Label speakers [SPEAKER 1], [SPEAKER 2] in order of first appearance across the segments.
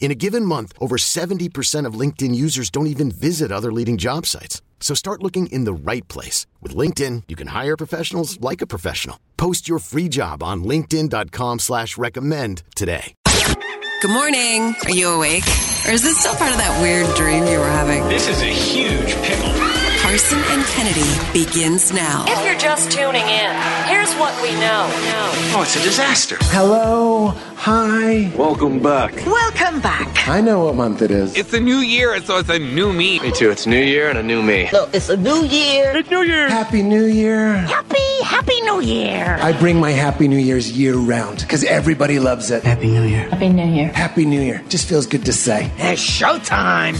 [SPEAKER 1] In a given month, over 70% of LinkedIn users don't even visit other leading job sites. So start looking in the right place. With LinkedIn, you can hire professionals like a professional. Post your free job on linkedin.com slash recommend today.
[SPEAKER 2] Good morning. Are you awake? Or is this still part of that weird dream you were having?
[SPEAKER 3] This is a huge pickle.
[SPEAKER 2] Carson and Kennedy begins now.
[SPEAKER 4] If you're just tuning in, here's what we know. No.
[SPEAKER 3] Oh, it's a disaster.
[SPEAKER 5] Hello. Hi.
[SPEAKER 6] Welcome back.
[SPEAKER 4] Welcome back.
[SPEAKER 5] I know what month it is.
[SPEAKER 7] It's a new year, so it's a new me.
[SPEAKER 6] Me too. It's new year and a new me.
[SPEAKER 8] No, it's a new year.
[SPEAKER 7] It's new year.
[SPEAKER 5] Happy New Year.
[SPEAKER 4] Happy, happy new year.
[SPEAKER 5] I bring my Happy New Year's year round because everybody loves it.
[SPEAKER 9] Happy New Year.
[SPEAKER 10] Happy New Year.
[SPEAKER 5] Happy New Year. Just feels good to say.
[SPEAKER 11] It's showtime.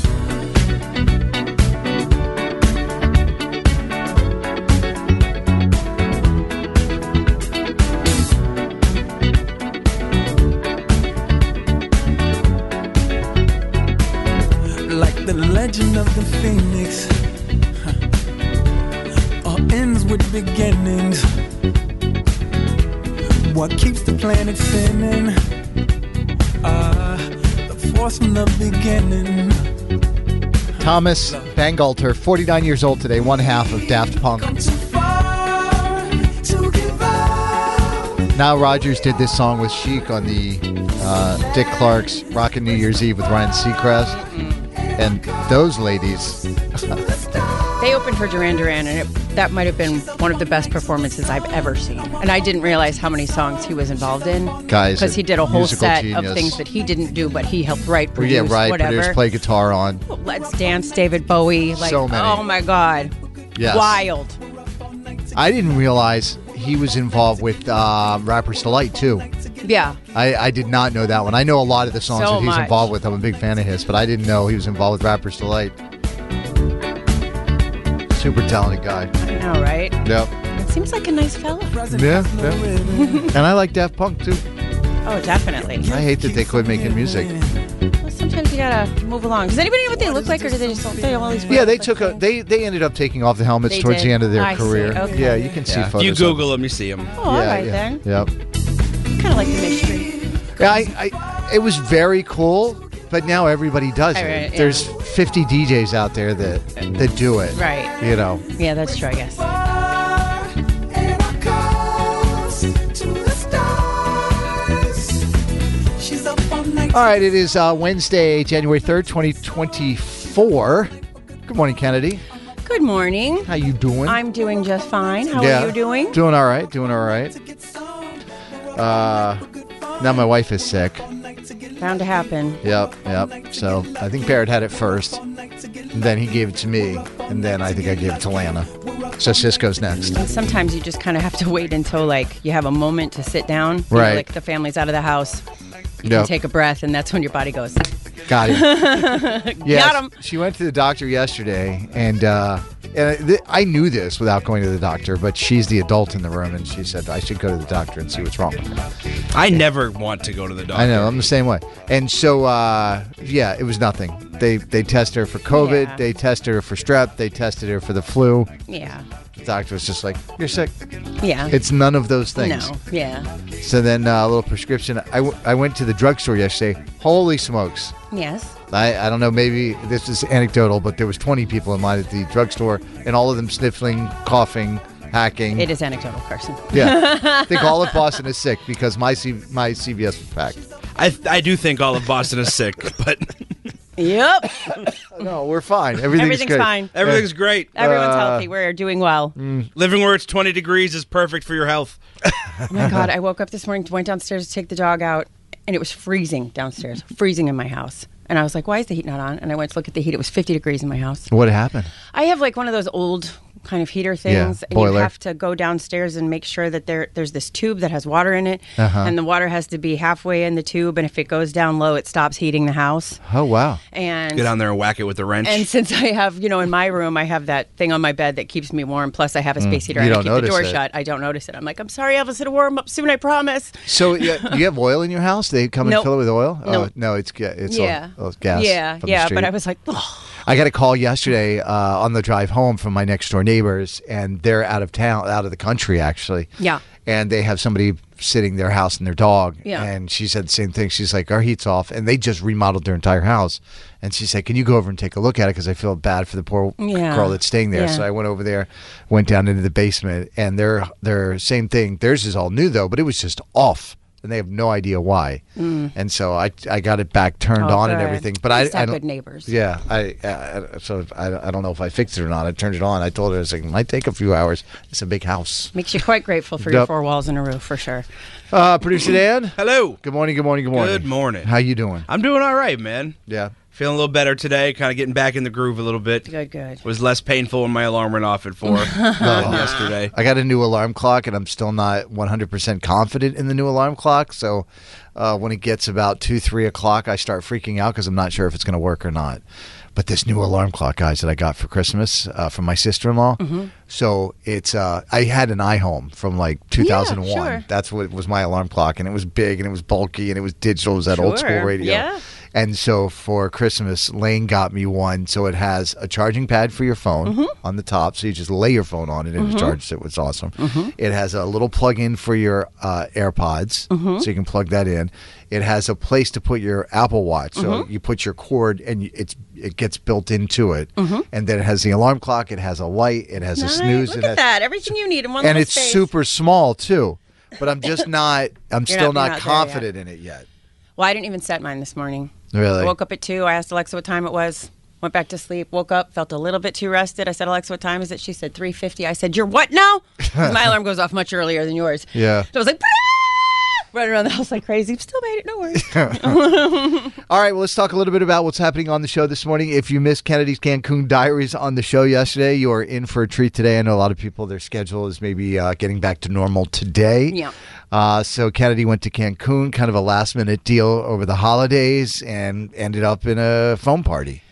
[SPEAKER 12] like the legend of the phoenix. Huh. All ends with beginnings. What keeps the planet spinning? Uh, the force from the beginning.
[SPEAKER 13] Thomas Bangalter, 49 years old today, one half of Daft Punk.
[SPEAKER 12] Come too far to give up.
[SPEAKER 13] Now Rogers did this song with Chic on the uh, Dick Clark's Rockin' New Year's Eve with Ryan Seacrest. And those ladies,
[SPEAKER 14] They opened for Duran Duran, and it, that might have been one of the best performances I've ever seen. And I didn't realize how many songs he was involved in.
[SPEAKER 13] Guy's
[SPEAKER 14] Because
[SPEAKER 13] a
[SPEAKER 14] he did a whole
[SPEAKER 13] musical
[SPEAKER 14] set
[SPEAKER 13] genius.
[SPEAKER 14] of things that he didn't do, but he helped write,
[SPEAKER 13] well,
[SPEAKER 14] produce,
[SPEAKER 13] yeah, right,
[SPEAKER 14] whatever.
[SPEAKER 13] produced, play guitar on.
[SPEAKER 14] Let's Dance, David Bowie. Like,
[SPEAKER 13] So many.
[SPEAKER 14] Oh my God.
[SPEAKER 13] Yes.
[SPEAKER 14] Wild.
[SPEAKER 13] I didn't realize he was involved with uh, Rappers Delight, too.
[SPEAKER 14] Yeah.
[SPEAKER 13] I, I did not know that one. I know a lot of the songs
[SPEAKER 14] So
[SPEAKER 13] that he's
[SPEAKER 14] much.
[SPEAKER 13] involved with. I'm a big fan of his, but I didn't know he was involved with Rappers Delight. Super talented guy.
[SPEAKER 14] I know, right?
[SPEAKER 13] Yep.
[SPEAKER 14] It seems like a nice fella.
[SPEAKER 12] Present
[SPEAKER 13] Yeah,
[SPEAKER 12] has no
[SPEAKER 13] yeah.
[SPEAKER 12] ribbon.
[SPEAKER 13] And I like Daft Punk too.
[SPEAKER 14] Oh, definitely.
[SPEAKER 13] I hate that they quit making music.
[SPEAKER 14] Well, sometimes you gotta move along. Does anybody know what they look like, or do they just they have all these?
[SPEAKER 13] Yeah,
[SPEAKER 14] weird-
[SPEAKER 13] they took a they they ended up taking off the helmets
[SPEAKER 14] They
[SPEAKER 13] towards
[SPEAKER 14] did.
[SPEAKER 13] the end of their
[SPEAKER 14] I see.
[SPEAKER 13] career.
[SPEAKER 14] Okay.
[SPEAKER 13] Yeah, you can see photos.
[SPEAKER 7] You
[SPEAKER 13] of
[SPEAKER 7] Google them, you see them.
[SPEAKER 14] Oh, all
[SPEAKER 13] Yeah,
[SPEAKER 14] right
[SPEAKER 13] yeah.
[SPEAKER 14] then.
[SPEAKER 13] Yep.
[SPEAKER 14] Kind of like the mystery.
[SPEAKER 13] Yeah, I, I it was very cool, but now everybody does it.
[SPEAKER 14] All right, yeah.
[SPEAKER 13] There's 50 DJs out there that that do it.
[SPEAKER 14] Right.
[SPEAKER 13] You know.
[SPEAKER 14] Yeah, that's true. I guess.
[SPEAKER 12] And I calls to the stars. She's up all night.
[SPEAKER 13] All right, it is uh, Wednesday, January 3rd, 2024. Good morning, Kennedy.
[SPEAKER 14] Good morning.
[SPEAKER 13] How you doing?
[SPEAKER 14] I'm doing just fine. How
[SPEAKER 13] Yeah.
[SPEAKER 14] are you doing?
[SPEAKER 13] Doing all right. Doing all right. Uh, now my wife is sick.
[SPEAKER 14] Bound to happen.
[SPEAKER 13] Yep, yep. So I think Barrett had it first. And then he gave it to me, and then I think I gave it to Lana. So Cisco's next.
[SPEAKER 14] And sometimes you just kind of have to wait until like you have a moment to sit down. You know,
[SPEAKER 13] Right.
[SPEAKER 14] like the family's out of the house. You
[SPEAKER 13] Yep.
[SPEAKER 14] can take a breath, and that's when your body goes.
[SPEAKER 13] Got him. yeah,
[SPEAKER 14] Got him.
[SPEAKER 13] She went to the doctor yesterday, and uh, and I- th- I knew this without going to the doctor, but she's the adult in the room, and she said I should go to the doctor and see what's wrong.
[SPEAKER 7] I never want to go to the doctor.
[SPEAKER 13] I know I'm the same way, and so uh, yeah, it was nothing. They they test her for COVID,
[SPEAKER 14] Yeah.
[SPEAKER 13] they tested her for strep, they tested her for the flu.
[SPEAKER 14] Yeah.
[SPEAKER 13] The doctor was just like, "You're sick."
[SPEAKER 14] Yeah.
[SPEAKER 13] It's none of those things.
[SPEAKER 14] no. Yeah.
[SPEAKER 13] So then uh, a little prescription. I, w- I went to the drugstore yesterday. Holy smokes.
[SPEAKER 14] Yes.
[SPEAKER 13] I, I don't know, maybe this is anecdotal, but there was 20 people in line at the drugstore and all of them sniffling, coughing, hacking.
[SPEAKER 14] It is anecdotal, Carson.
[SPEAKER 13] Yeah. I think all of Boston is sick because my C- my CVS was packed.
[SPEAKER 7] I, I do think all of Boston is sick, but
[SPEAKER 14] Yep.
[SPEAKER 13] No, we're fine. Everything's,
[SPEAKER 14] Everything's
[SPEAKER 13] good.
[SPEAKER 14] fine.
[SPEAKER 7] Everything's great.
[SPEAKER 14] Everyone's
[SPEAKER 13] Uh, mm.
[SPEAKER 14] healthy. We're doing well.
[SPEAKER 7] Living where it's 20 degrees is perfect for your health.
[SPEAKER 14] Oh my God. I woke up this morning, went downstairs to take the dog out, and it was freezing downstairs, freezing in my house. And I was like, why is the heat not on? And I went to look at the heat. It was 50 degrees in my house.
[SPEAKER 13] What happened?
[SPEAKER 14] I have like one of those old kind of heater things, and you
[SPEAKER 13] boiler.
[SPEAKER 14] have to go downstairs and make sure that there there's this tube that has water in it,
[SPEAKER 13] Uh-huh.
[SPEAKER 14] and the water has to be halfway in the tube, and if it goes down low, it stops heating the house.
[SPEAKER 13] Oh wow.
[SPEAKER 14] And
[SPEAKER 7] Get on there and whack it with a wrench.
[SPEAKER 14] and since I have, you know, in my room, I have that thing on my bed that keeps me warm. Plus, I have a space heater
[SPEAKER 13] Mm. You
[SPEAKER 14] and I
[SPEAKER 13] don't
[SPEAKER 14] keep the
[SPEAKER 13] notice
[SPEAKER 14] door
[SPEAKER 13] it.
[SPEAKER 14] shut. I don't notice it. I'm like, I'm sorry, Elvis, it'll warm up soon. I promise.
[SPEAKER 13] So yeah, do you have oil in your house? They come
[SPEAKER 14] Nope.
[SPEAKER 13] and fill it with oil? Oh,
[SPEAKER 14] Nope.
[SPEAKER 13] no, it's ga- it's
[SPEAKER 14] yeah.
[SPEAKER 13] all, all gas.
[SPEAKER 14] Yeah,
[SPEAKER 13] from the
[SPEAKER 14] yeah.
[SPEAKER 13] street.
[SPEAKER 14] But I was like, "Ugh."
[SPEAKER 13] I got a call yesterday uh, on the drive home from my next door neighbors, and they're out of town, out of the country, actually.
[SPEAKER 14] Yeah.
[SPEAKER 13] And they have somebody sitting their house and their dog.
[SPEAKER 14] Yeah.
[SPEAKER 13] And she said the same thing. She's like, our heat's off, and they just remodeled their entire house. And she said, can you go over and take a look at it? Because I feel bad for the poor
[SPEAKER 14] Yeah.
[SPEAKER 13] girl that's staying there.
[SPEAKER 14] Yeah.
[SPEAKER 13] So I went over there, went down into the basement, and their their same thing. Theirs is all new though, but it was just off. And they have no idea why, and so I I got it back turned
[SPEAKER 14] Mm. Oh,
[SPEAKER 13] on and
[SPEAKER 14] good.
[SPEAKER 13] everything. But
[SPEAKER 14] At
[SPEAKER 13] I
[SPEAKER 14] least
[SPEAKER 13] I
[SPEAKER 14] have
[SPEAKER 13] don't-
[SPEAKER 14] good neighbors.
[SPEAKER 13] yeah, I, I I- so I, I don't know if I fixed it or not. I turned it on. I told her I was like, it might take a few hours. It's a big house.
[SPEAKER 14] makes you quite grateful for your
[SPEAKER 13] Yep.
[SPEAKER 14] four walls and a roof for sure.
[SPEAKER 13] Uh, Producer Dan.
[SPEAKER 7] Hello.
[SPEAKER 13] Good morning. Good morning. Good morning.
[SPEAKER 7] Good morning.
[SPEAKER 13] How you doing?
[SPEAKER 7] I'm doing all right, man.
[SPEAKER 13] Yeah.
[SPEAKER 7] Feeling a little better today, kind of getting back in the groove a little bit.
[SPEAKER 14] Good, good.
[SPEAKER 7] Was less painful when my alarm went off at 4 than yesterday.
[SPEAKER 13] I got a new alarm clock, and I'm still not 100% confident in the new alarm clock. So uh, when it gets about 2, 3 o'clock, I start freaking out because I'm not sure if it's going to work or not. But this new alarm clock, guys, that I got for Christmas uh, from my sister in law.
[SPEAKER 15] Mm-hmm.
[SPEAKER 9] Mm-hmm.
[SPEAKER 13] So it's, uh, I had an iHome from like 2001.
[SPEAKER 14] sure.
[SPEAKER 13] That's what was my alarm clock. And it was big and it was bulky and it was digital. It was that old school
[SPEAKER 14] Sure.
[SPEAKER 13] radio.
[SPEAKER 14] Yeah.
[SPEAKER 13] And so for Christmas, Lane got me one. So it has a charging pad for your phone
[SPEAKER 14] Mm-hmm.
[SPEAKER 13] on the top. So you just lay your phone on it and it charges it, which is awesome.
[SPEAKER 14] Mm-hmm.
[SPEAKER 13] It has a little plug in for your uh, AirPods.
[SPEAKER 14] Mm-hmm.
[SPEAKER 13] So you can plug that in. It has a place to put your Apple Watch. So
[SPEAKER 14] Mm-hmm.
[SPEAKER 13] you put your cord and you- it's it gets built into it.
[SPEAKER 14] Mm-hmm.
[SPEAKER 13] And then it has the alarm clock. It has a light. It has a snooze.
[SPEAKER 14] Look
[SPEAKER 13] it
[SPEAKER 14] at
[SPEAKER 13] has,
[SPEAKER 14] that. Everything you need in one
[SPEAKER 13] And
[SPEAKER 14] little
[SPEAKER 13] it's
[SPEAKER 14] space.
[SPEAKER 13] super small too. But I'm just not, I'm still
[SPEAKER 14] you're
[SPEAKER 13] not,
[SPEAKER 14] not there yet.
[SPEAKER 13] confident in it yet.
[SPEAKER 14] Well, I didn't even set mine this morning.
[SPEAKER 13] Really?
[SPEAKER 14] I woke up at two. I asked Alexa what time it was. Went back to sleep. Woke up. Felt a little bit too rested. I said, "Alexa, what time is it?" She said, 3.50. I said, "You're what now?" 'Cause my alarm goes off much earlier than yours.
[SPEAKER 13] Yeah.
[SPEAKER 14] So I was like, "Ah!" running around the house like crazy. Still made it. No worries.
[SPEAKER 13] All right, well, let's talk a little bit about what's happening on the show this morning. If you missed Kennedy's Cancun Diaries on the show yesterday, you are in for a treat today. I know a lot of people, their schedule is maybe uh, getting back to normal today.
[SPEAKER 14] Yeah.
[SPEAKER 13] Uh, so Kennedy went to Cancun, kind of a last minute deal over the holidays, and ended up in a foam party.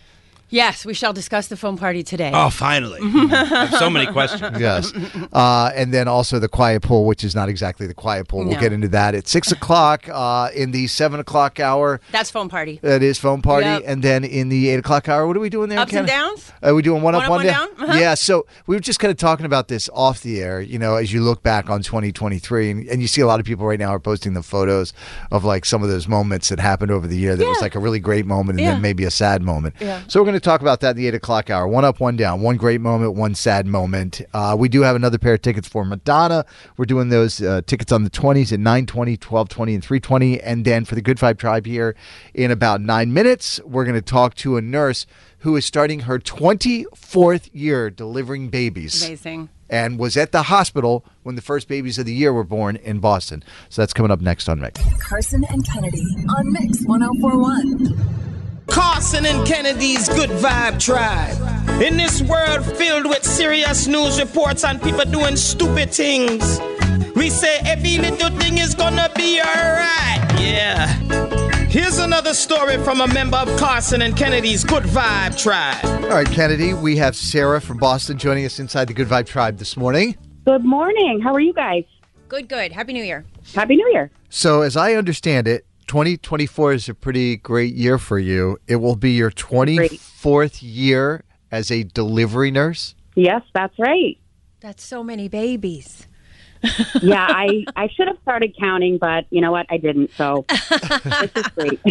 [SPEAKER 14] yes, we shall discuss the foam party today.
[SPEAKER 7] Oh, finally. I have so many questions.
[SPEAKER 13] Yes. Uh, and then also the quiet pool, which is not exactly the quiet pool. We'll
[SPEAKER 14] No.
[SPEAKER 13] get into that at 6 o'clock uh, in the 7 o'clock hour.
[SPEAKER 14] That's foam party.
[SPEAKER 13] That is foam party,
[SPEAKER 14] Yep.
[SPEAKER 13] and then in the eight o'clock hour, what are we doing there?
[SPEAKER 14] Ups and
[SPEAKER 13] Ken?
[SPEAKER 14] downs?
[SPEAKER 13] Are we doing one, up, one, down?
[SPEAKER 14] Uh-huh.
[SPEAKER 13] Yeah. So we were just kind of talking about this off the air. You know, as you look back on 2023, and, and you see a lot of people right now are posting the photos of like some of those moments that happened over the year. That was
[SPEAKER 14] Yeah.
[SPEAKER 13] like a really great moment, and
[SPEAKER 14] Yeah.
[SPEAKER 13] then maybe a sad moment.
[SPEAKER 14] Yeah.
[SPEAKER 13] So we're going to talk about that in the eight o'clock hour. One up, one down. One great moment, one sad moment. Uh, we do have another pair of tickets for Madonna. We're doing those uh, tickets on the 20s at 920, 1220, and 320. And then for the Good Vibe Tribe here in about nine minutes, we're going to talk to a nurse who is starting her 24th year delivering babies
[SPEAKER 14] Amazing.
[SPEAKER 13] and was at the hospital when the first babies of the year were born in Boston. So that's coming up next on Mix.
[SPEAKER 8] Carson and Kennedy on Mix 1041.
[SPEAKER 12] Carson and Kennedy's Good Vibe Tribe. In this world filled with serious news reports and people doing stupid things, we say every little thing is gonna be alright. Yeah. Here's another story from a member of Carson and Kennedy's Good Vibe Tribe.
[SPEAKER 13] All right, Kennedy, we have Sarah from Boston joining us inside the Good Vibe Tribe this morning.
[SPEAKER 8] Good morning. How are you guys?
[SPEAKER 14] Good, good. Happy New Year.
[SPEAKER 8] Happy New Year.
[SPEAKER 13] So, as I understand it, 2024 is a pretty great year for you. It will be your 24th year as a delivery nurse.
[SPEAKER 8] Yes, that's right.
[SPEAKER 14] That's so many babies.
[SPEAKER 8] Yeah, I, I should have started counting, but you know what? I didn't. So this is great.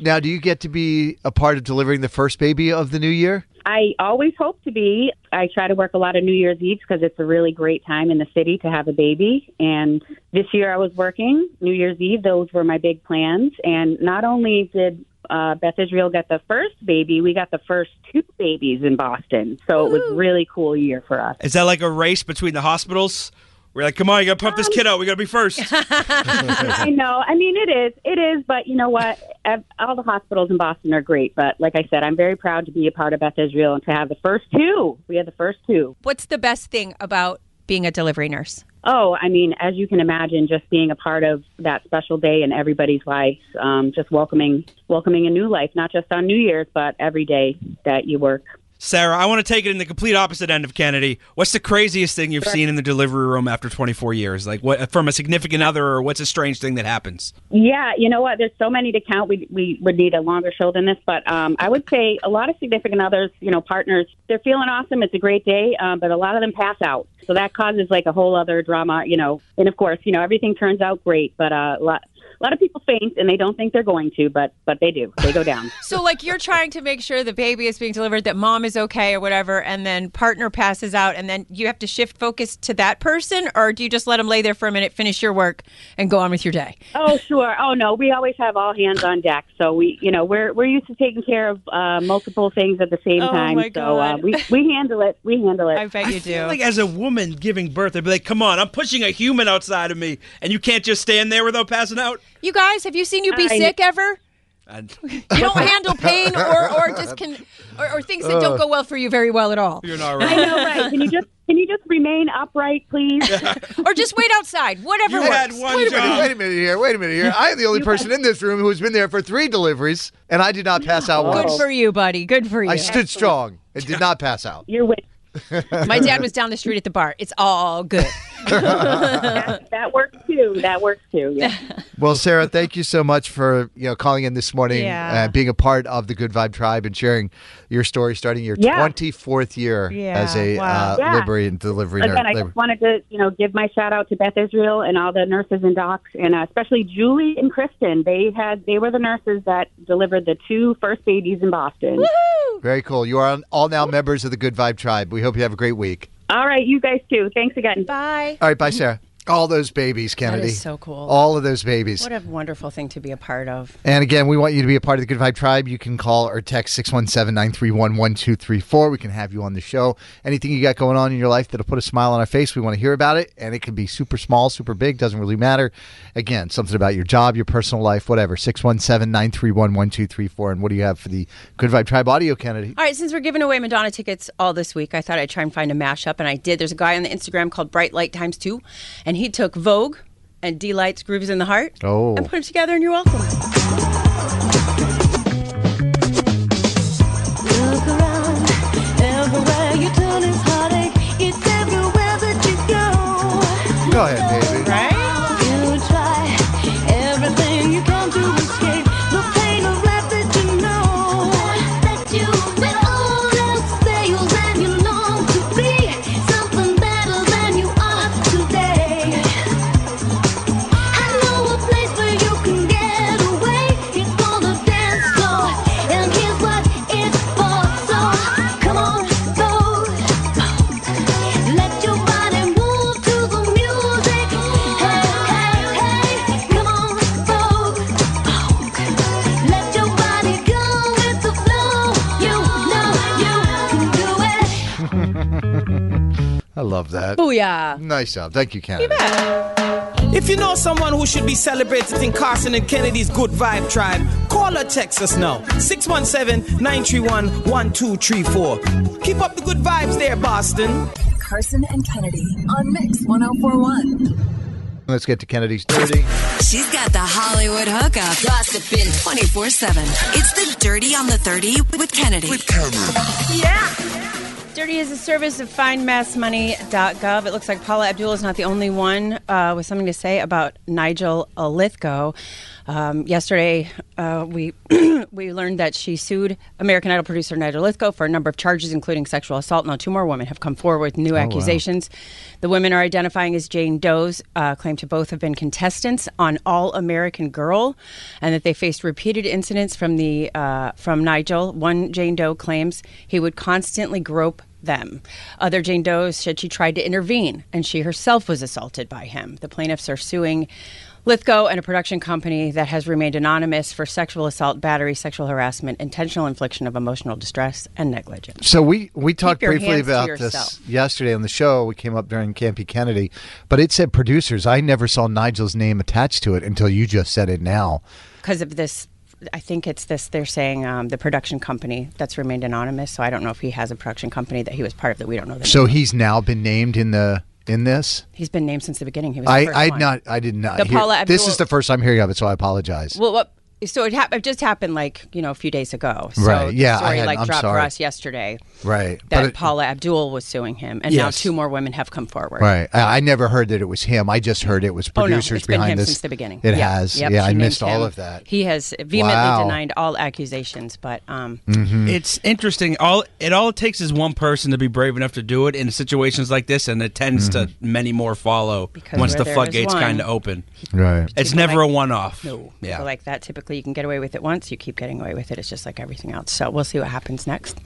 [SPEAKER 13] Now, do you get to be a part of delivering the first baby of the new year?
[SPEAKER 8] I always hope to be. I try to work a lot of New Year's Eve because it's a really great time in the city to have a baby. And this year I was working New Year's Eve. Those were my big plans. And not only did uh, Beth Israel got the first baby, we got the first two babies in Boston. So it was really cool year for us.
[SPEAKER 7] Is that like a race between the hospitals? We're like, come on, you gotta pump
[SPEAKER 14] Um,
[SPEAKER 7] this kid out. We gotta be first.
[SPEAKER 8] I know. I mean, it is. It is. But you know what? Ev- All the hospitals in Boston are great. But like I said, I'm very proud to be a part of Beth Israel and to have the first two. We had the first two.
[SPEAKER 14] What's the best thing about being a delivery nurse?
[SPEAKER 8] Oh, I mean, as you can imagine, just being a part of that special day in everybody's life, um, just welcoming welcoming a new life, not just on New Year's, but every day that you work.
[SPEAKER 7] Sarah, I want to take it in the complete opposite end of Kennedy. What's the craziest thing you've seen in the delivery room after 24 years? Like, what from a significant other, or what's a strange thing that happens?
[SPEAKER 8] Yeah, you know what? There's so many to count. We we would need a longer show than this, but um, I would say a lot of significant others, you know, partners, they're feeling awesome. It's a great day, um, but a lot of them pass out, so that causes like a whole other drama, you know. And of course, you know, everything turns out great, but uh, a lot a lot of people faint and they don't think they're going to, but but they do. They go down.
[SPEAKER 14] So, like, you're trying to make sure the baby is being delivered, that mom is okay or whatever, and then partner passes out, and then you have to shift focus to that person, or do you just let them lay there for a minute, finish your work, and go on with your day?
[SPEAKER 8] Oh sure. Oh no, we always have all hands on deck. So we, you know, we're we're used to taking care of uh, multiple things at the same
[SPEAKER 14] Oh,
[SPEAKER 8] time.
[SPEAKER 14] my
[SPEAKER 8] So uh,
[SPEAKER 14] God.
[SPEAKER 8] we we handle it. We handle it. I
[SPEAKER 14] bet you do.
[SPEAKER 7] Like, as a woman giving birth, I'd be like, come on, I'm pushing a human outside of me, and you can't just stand there without passing out.
[SPEAKER 14] You guys, have you seen you be
[SPEAKER 7] I-
[SPEAKER 14] sick ever?
[SPEAKER 7] And
[SPEAKER 14] You don't handle pain or, or just can or, or things that
[SPEAKER 8] Uh.
[SPEAKER 14] don't go well for you very well at all.
[SPEAKER 7] You're not
[SPEAKER 8] I know, right? Can you just can you just remain upright, please?
[SPEAKER 14] or just wait outside, whatever
[SPEAKER 13] You
[SPEAKER 14] works.
[SPEAKER 13] had one wait a minute, wait a minute here. Wait a minute here. I am the only person in this room who has been there for three deliveries, and I did not pass out
[SPEAKER 14] Good
[SPEAKER 13] once.
[SPEAKER 14] for you, buddy. Good for you.
[SPEAKER 13] I stood strong and did not pass out.
[SPEAKER 8] You're with
[SPEAKER 14] My dad was down the street at the bar. It's all good.
[SPEAKER 8] that, that works too. That works too. Yeah.
[SPEAKER 13] Well, Sarah, thank you so much for you know calling in this morning,
[SPEAKER 8] Yeah.
[SPEAKER 13] uh, being a part of the Good Vibe Tribe, and sharing your story, starting your
[SPEAKER 8] Yeah.
[SPEAKER 13] twenty fourth year
[SPEAKER 8] Yeah,
[SPEAKER 13] as a
[SPEAKER 8] wow.
[SPEAKER 13] uh,
[SPEAKER 8] Yeah.
[SPEAKER 13] delivery and delivery nurse.
[SPEAKER 8] Again, I just wanted to, you know, give my shout out to Beth Israel and all the nurses and docs, and uh, especially Julie and Kristen. They had they were the nurses that delivered the two first babies in Boston.
[SPEAKER 13] Very cool. You are all now members of the Good Vibe Tribe. We hope you have a great week.
[SPEAKER 8] All right, you guys too. Thanks again.
[SPEAKER 14] Bye.
[SPEAKER 13] All right, bye, Sarah. All those babies, Kennedy.
[SPEAKER 14] so cool.
[SPEAKER 13] All of those babies.
[SPEAKER 14] What a wonderful thing to be a part of.
[SPEAKER 13] And again, we want you to be a part of the Good Vibe Tribe. You can call or text 617 931 1234. We can have you on the show. Anything you got going on in your life that'll put a smile on our face, we want to hear about it. And it can be super small, super big, doesn't really matter. Again, something about your job, your personal life, whatever. 617 931 1234. And what do you have for the Good Vibe Tribe audio, Kennedy?
[SPEAKER 14] All right, since we're giving away Madonna tickets all this week, I thought I'd try and find a mashup, and I did. There's a guy on the Instagram called Bright Light Times Two, and he took Vogue and D Light's Grooves in the Heart
[SPEAKER 13] Oh.
[SPEAKER 14] and put them together, and you're welcome.
[SPEAKER 9] Look around, everywhere you turn is heartache. It's everywhere that you go.
[SPEAKER 13] Go ahead, baby.
[SPEAKER 9] You try everything you can to escape the pain of life that you know. That you will always fail, and you long to be something better than you are today. I know a place where you can get away. It's on the dance floor, and here's what it's for. So come on, go. Let your body move to the music. Hey, hey, hey, come on, Vogue. Let your body go with the flow. You know you can do it.
[SPEAKER 13] I love that.
[SPEAKER 14] Booyah.
[SPEAKER 13] Nice job. Thank you, Kennedy.
[SPEAKER 12] If you know someone who should be celebrated in Carson and Kennedy's Good Vibe Tribe, call or text us now. 617-931-1234. Keep up the good vibes there, Boston.
[SPEAKER 10] Carson and Kennedy on Mix 1041.
[SPEAKER 13] Let's get to Kennedy's Dirty.
[SPEAKER 2] She's got the Hollywood hookup. Gossiping 24 7. It's the Dirty on the 30 with Kennedy. With Kennedy.
[SPEAKER 14] Yeah. Dirty is a service of findmassmoney.gov. It looks like Paula Abdul is not the only one uh, with something to say about Nigel Lithgow. Um, yesterday, uh, we we learned that she sued American Idol producer Nigel Lithgow for a number of charges, including sexual assault. Now, two more women have come forward with new
[SPEAKER 11] wow.
[SPEAKER 14] accusations. The women are identifying as Jane Doe's, uh, claim to both have been contestants on All American Girl, and that they faced repeated incidents from the uh, from Nigel. One Jane Doe claims he would constantly grope them. Other Jane Doe said she tried to intervene, and she herself was assaulted by him. The plaintiffs are suing. Lithgow and a production company that has remained anonymous for sexual assault, battery, sexual harassment, intentional infliction of emotional distress, and negligence.
[SPEAKER 13] So we we talked
[SPEAKER 14] your
[SPEAKER 13] briefly
[SPEAKER 14] hands to
[SPEAKER 13] about
[SPEAKER 14] yourself.
[SPEAKER 13] this yesterday on the show. We came up during Campy Kennedy, but it said producers. I never saw Nigel's name attached to it until you just said it now.
[SPEAKER 14] because of this i think it's this they're saying um, the production company that's remained anonymous so i don't know if he has a production company that he was part of that we don't know the
[SPEAKER 13] So
[SPEAKER 14] name of.
[SPEAKER 13] he's now been named in the in this.
[SPEAKER 14] he's been named since the beginning he was the
[SPEAKER 13] I
[SPEAKER 14] first
[SPEAKER 13] I
[SPEAKER 14] one.
[SPEAKER 13] not I did not.
[SPEAKER 14] The
[SPEAKER 13] hear-
[SPEAKER 14] Paula
[SPEAKER 13] this is
[SPEAKER 14] Abdul-
[SPEAKER 13] the first I'm hearing of it, so I apologize.
[SPEAKER 14] well what so it, hap- it just happened like you know a few days ago so
[SPEAKER 13] Right,
[SPEAKER 14] the
[SPEAKER 13] yeah, I
[SPEAKER 14] story
[SPEAKER 13] hadn't-
[SPEAKER 14] like
[SPEAKER 13] I'm
[SPEAKER 14] dropped for
[SPEAKER 13] sorry.
[SPEAKER 14] us yesterday
[SPEAKER 13] Right,
[SPEAKER 14] that
[SPEAKER 13] but it-
[SPEAKER 14] paula abdul was suing him and now
[SPEAKER 13] Yes.
[SPEAKER 14] two more women have come forward
[SPEAKER 13] Right. I, I never heard that it was him. I just heard it was
[SPEAKER 14] Oh, no,
[SPEAKER 13] producers
[SPEAKER 14] it's been
[SPEAKER 13] behind
[SPEAKER 14] him
[SPEAKER 13] this.
[SPEAKER 14] since the beginning.
[SPEAKER 13] It
[SPEAKER 14] Yeah.
[SPEAKER 13] has.
[SPEAKER 14] Yep,
[SPEAKER 13] yeah,
[SPEAKER 14] she
[SPEAKER 13] I
[SPEAKER 14] named
[SPEAKER 13] missed all
[SPEAKER 14] him.
[SPEAKER 13] of that.
[SPEAKER 14] he has vehemently
[SPEAKER 13] Wow.
[SPEAKER 14] denied all accusations but um
[SPEAKER 13] Mm-hmm.
[SPEAKER 7] It's interesting. All it all it takes is one person to be brave enough to do it in situations like this, and it tends to
[SPEAKER 13] Mm-hmm.
[SPEAKER 7] many more follow once
[SPEAKER 14] where
[SPEAKER 7] the
[SPEAKER 14] there is
[SPEAKER 7] floodgates
[SPEAKER 14] one-
[SPEAKER 7] kind of open.
[SPEAKER 13] Right.
[SPEAKER 7] It's
[SPEAKER 14] People
[SPEAKER 7] never
[SPEAKER 14] like-
[SPEAKER 7] a one-off.
[SPEAKER 14] No.
[SPEAKER 7] Yeah.
[SPEAKER 14] People like that, typically you can get away with it once, you keep getting away with it. It's just like everything else. So we'll see what happens next.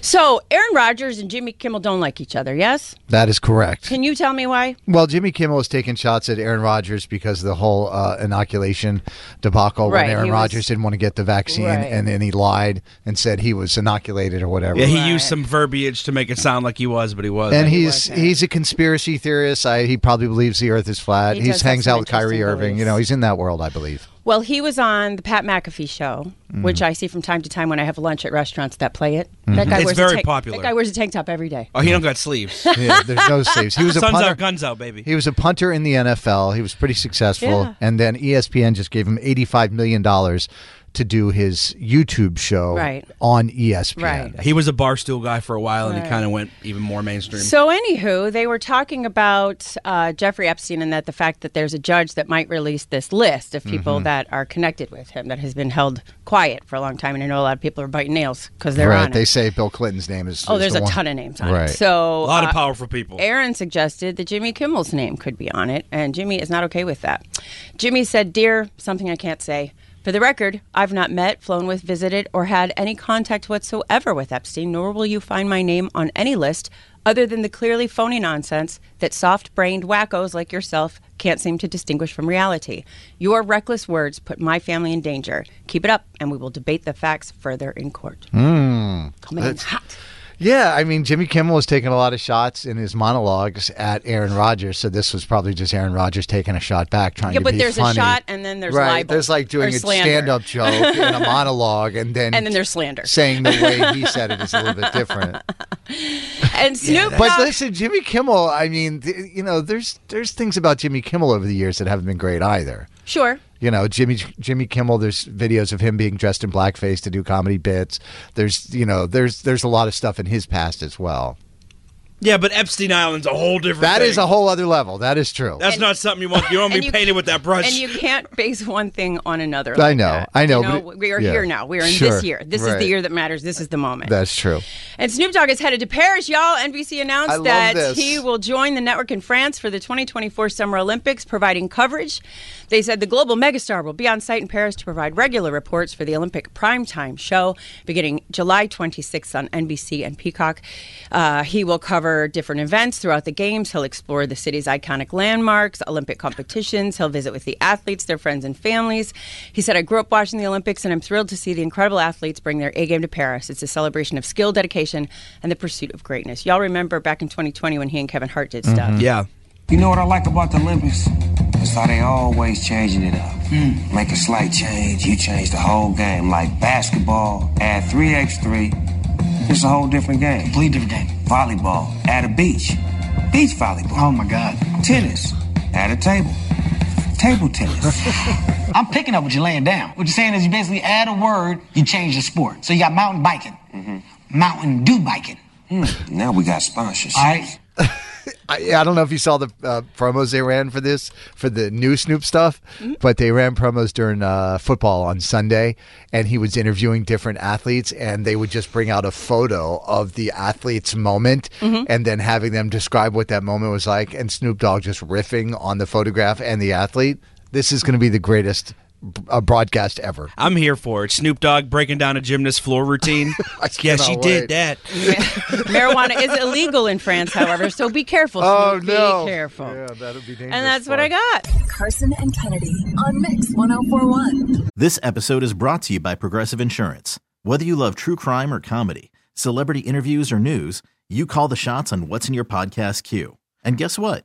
[SPEAKER 14] So Aaron Rodgers and Jimmy Kimmel don't like each other, yes?
[SPEAKER 13] That is correct.
[SPEAKER 14] Can you tell me why?
[SPEAKER 13] Well, Jimmy Kimmel was taking shots at Aaron Rodgers because of the whole uh, inoculation debacle
[SPEAKER 14] Right,
[SPEAKER 13] when Aaron
[SPEAKER 14] he was-
[SPEAKER 13] Rodgers didn't want to get the vaccine
[SPEAKER 14] Right.
[SPEAKER 13] and then he lied and said he was inoculated or whatever.
[SPEAKER 7] Yeah, he used some verbiage to make it sound like he was, but he wasn't.
[SPEAKER 13] and he's he's a conspiracy theorist. I, he probably believes the Earth is flat.
[SPEAKER 14] He
[SPEAKER 13] He
[SPEAKER 14] does have
[SPEAKER 13] hangs
[SPEAKER 14] some
[SPEAKER 13] out with Kyrie
[SPEAKER 14] interesting
[SPEAKER 13] Irving. You
[SPEAKER 14] beliefs.
[SPEAKER 13] know, he's in that world, I believe.
[SPEAKER 14] Well, he was on the Pat McAfee show, which
[SPEAKER 13] Mhm.
[SPEAKER 14] I see from time to time when I have lunch at restaurants that play it. That
[SPEAKER 13] Mhm.
[SPEAKER 14] guy
[SPEAKER 13] It's
[SPEAKER 14] wears a
[SPEAKER 13] very
[SPEAKER 14] tank-
[SPEAKER 13] popular.
[SPEAKER 14] That guy wears a tank top every day.
[SPEAKER 7] Oh, he don't got sleeves.
[SPEAKER 13] Yeah, there's no sleeves. He was a
[SPEAKER 7] Sun's
[SPEAKER 13] punter.
[SPEAKER 7] out, guns out, baby.
[SPEAKER 13] He was a punter in the NFL. He was pretty successful,
[SPEAKER 7] Yeah.
[SPEAKER 13] and then E ESPN just gave him eighty-five million dollars to do his YouTube show
[SPEAKER 14] Right.
[SPEAKER 13] on E ESPN.
[SPEAKER 7] He was a barstool guy for a while, and
[SPEAKER 14] Right.
[SPEAKER 7] he kind of went even more mainstream.
[SPEAKER 14] So, anywho, they were talking about uh, Jeffrey Epstein and that the fact that there's a judge that might release this list of people
[SPEAKER 13] Mhm.
[SPEAKER 14] that are connected with him that has been held quiet for a long time. And I know a lot of people are biting nails because they're
[SPEAKER 13] right.
[SPEAKER 14] on it.
[SPEAKER 13] They say Bill Clinton's name is.
[SPEAKER 14] Oh,
[SPEAKER 13] is
[SPEAKER 14] there's
[SPEAKER 13] the
[SPEAKER 14] a
[SPEAKER 13] one.
[SPEAKER 14] ton of names on
[SPEAKER 13] right.
[SPEAKER 14] it. So uh,
[SPEAKER 7] A lot of powerful people.
[SPEAKER 14] Aaron suggested that Jimmy Kimmel's name could be on it, and Jimmy is not okay with that. Jimmy said, "Dear, something I can't say." For the record, I've not met, flown with, visited, or had any contact whatsoever with Epstein, nor will you find my name on any list other than the clearly phony nonsense that soft brained wackos like yourself can't seem to distinguish from reality. Your reckless words put my family in danger. Keep it up, and we will debate the facts further in court.
[SPEAKER 16] Hmm.
[SPEAKER 13] Mm.
[SPEAKER 14] Coming in
[SPEAKER 13] That's-
[SPEAKER 14] hot.
[SPEAKER 13] Yeah, I mean, Jimmy Kimmel was taking a lot of shots in his monologues at Aaron Rodgers, so this was probably just Aaron Rodgers taking a shot back, trying
[SPEAKER 14] Yeah,
[SPEAKER 13] to
[SPEAKER 14] but
[SPEAKER 13] be
[SPEAKER 14] there's
[SPEAKER 13] funny.
[SPEAKER 14] a shot, and then there's
[SPEAKER 13] right.
[SPEAKER 14] libel
[SPEAKER 13] There's like
[SPEAKER 14] or
[SPEAKER 13] doing a
[SPEAKER 14] slander.
[SPEAKER 13] stand-up joke in a monologue, and then
[SPEAKER 14] And then there's slander.
[SPEAKER 13] Saying the way he said it is a little bit different.
[SPEAKER 14] and Snoop
[SPEAKER 13] But
[SPEAKER 14] Dogg-
[SPEAKER 13] listen, Jimmy Kimmel. I mean, th- you know, there's there's things about Jimmy Kimmel over the years that haven't been great either.
[SPEAKER 14] Sure.
[SPEAKER 13] You know, Jimmy Jimmy Kimmel. There's videos of him being dressed in blackface to do comedy bits. There's you know, there's there's a lot of stuff in his past as well.
[SPEAKER 7] yeah, but Epstein Island's a whole different.
[SPEAKER 13] That is
[SPEAKER 7] thing.
[SPEAKER 13] a whole other level. That is true.
[SPEAKER 7] That's not something you want. You don't want to
[SPEAKER 14] and
[SPEAKER 7] be
[SPEAKER 14] you-
[SPEAKER 7] painted with that brush.
[SPEAKER 14] And you can't base one thing on another.
[SPEAKER 13] I
[SPEAKER 14] like
[SPEAKER 13] know,
[SPEAKER 14] that.
[SPEAKER 13] I know,
[SPEAKER 14] You
[SPEAKER 13] but it-
[SPEAKER 14] we are
[SPEAKER 13] yeah.
[SPEAKER 14] here now. We are in
[SPEAKER 13] Sure,
[SPEAKER 14] this year. This is
[SPEAKER 13] right.
[SPEAKER 14] the year that matters. This is the moment.
[SPEAKER 13] That's true.
[SPEAKER 14] and Snoop Dogg is headed to Paris, y'all. NBC
[SPEAKER 13] I
[SPEAKER 14] announced
[SPEAKER 13] love
[SPEAKER 14] that
[SPEAKER 13] this.
[SPEAKER 14] he will join the network in France for the 2024 Summer Olympics, providing coverage. They said the global megastar will be on site in Paris to provide regular reports for the Olympic primetime show beginning July 26th on NBC and Peacock. Uh, he will cover different events throughout the games. He'll explore the city's iconic landmarks, Olympic competitions. He'll visit with the athletes, their friends, and families. He said, I grew up watching the Olympics, and I'm thrilled to see the incredible athletes bring their A game to Paris. It's a celebration of skill, dedication, and the pursuit of greatness. Y'all remember back in 2020 when he and Kevin Hart
[SPEAKER 13] Mm-hmm.
[SPEAKER 14] did
[SPEAKER 11] Mm-hmm.
[SPEAKER 14] stuff?
[SPEAKER 7] Yeah.
[SPEAKER 11] You know what I like about the Olympics? It's how they always changing it up. Make a slight change, you change the whole game. Like basketball, add 3x3. It's a whole different game. Completely different game. Volleyball, add a beach. Beach volleyball. Oh my God. Tennis, add a table. Table tennis.
[SPEAKER 17] I'm picking up what you're laying down. What you're saying is you basically add a word, you change the sport. So you got mountain biking,
[SPEAKER 11] Mm-hmm.
[SPEAKER 17] Mountain Dew biking.
[SPEAKER 11] now we got sponsors.
[SPEAKER 17] All right.
[SPEAKER 13] I, I don't know if you saw the uh, promos they ran for this for the new Snoop stuff, but they ran promos during uh, football on Sunday, and he was interviewing different athletes, and they would just bring out a photo of the athlete's moment,
[SPEAKER 18] Mhm.
[SPEAKER 13] and then having them describe what that moment was like, and Snoop Dogg just riffing on the photograph and the athlete. This is going to be the greatest uh, broadcast ever.
[SPEAKER 7] I'm here for it. Snoop Dogg breaking down a gymnast floor routine. yeah, she
[SPEAKER 13] cannot wait.
[SPEAKER 7] did that.
[SPEAKER 14] Marijuana is illegal in France, however, so be careful.
[SPEAKER 13] Oh,
[SPEAKER 14] Snoop.
[SPEAKER 13] no.
[SPEAKER 14] Be careful. Yeah,
[SPEAKER 13] that'll be dangerous.
[SPEAKER 14] And that's what I got.
[SPEAKER 10] Carson and Kennedy on Mix 1041.
[SPEAKER 19] This episode is brought to you by Progressive Insurance. Whether you love true crime or comedy, celebrity interviews or news, you call the shots on what's in your podcast queue. And guess what?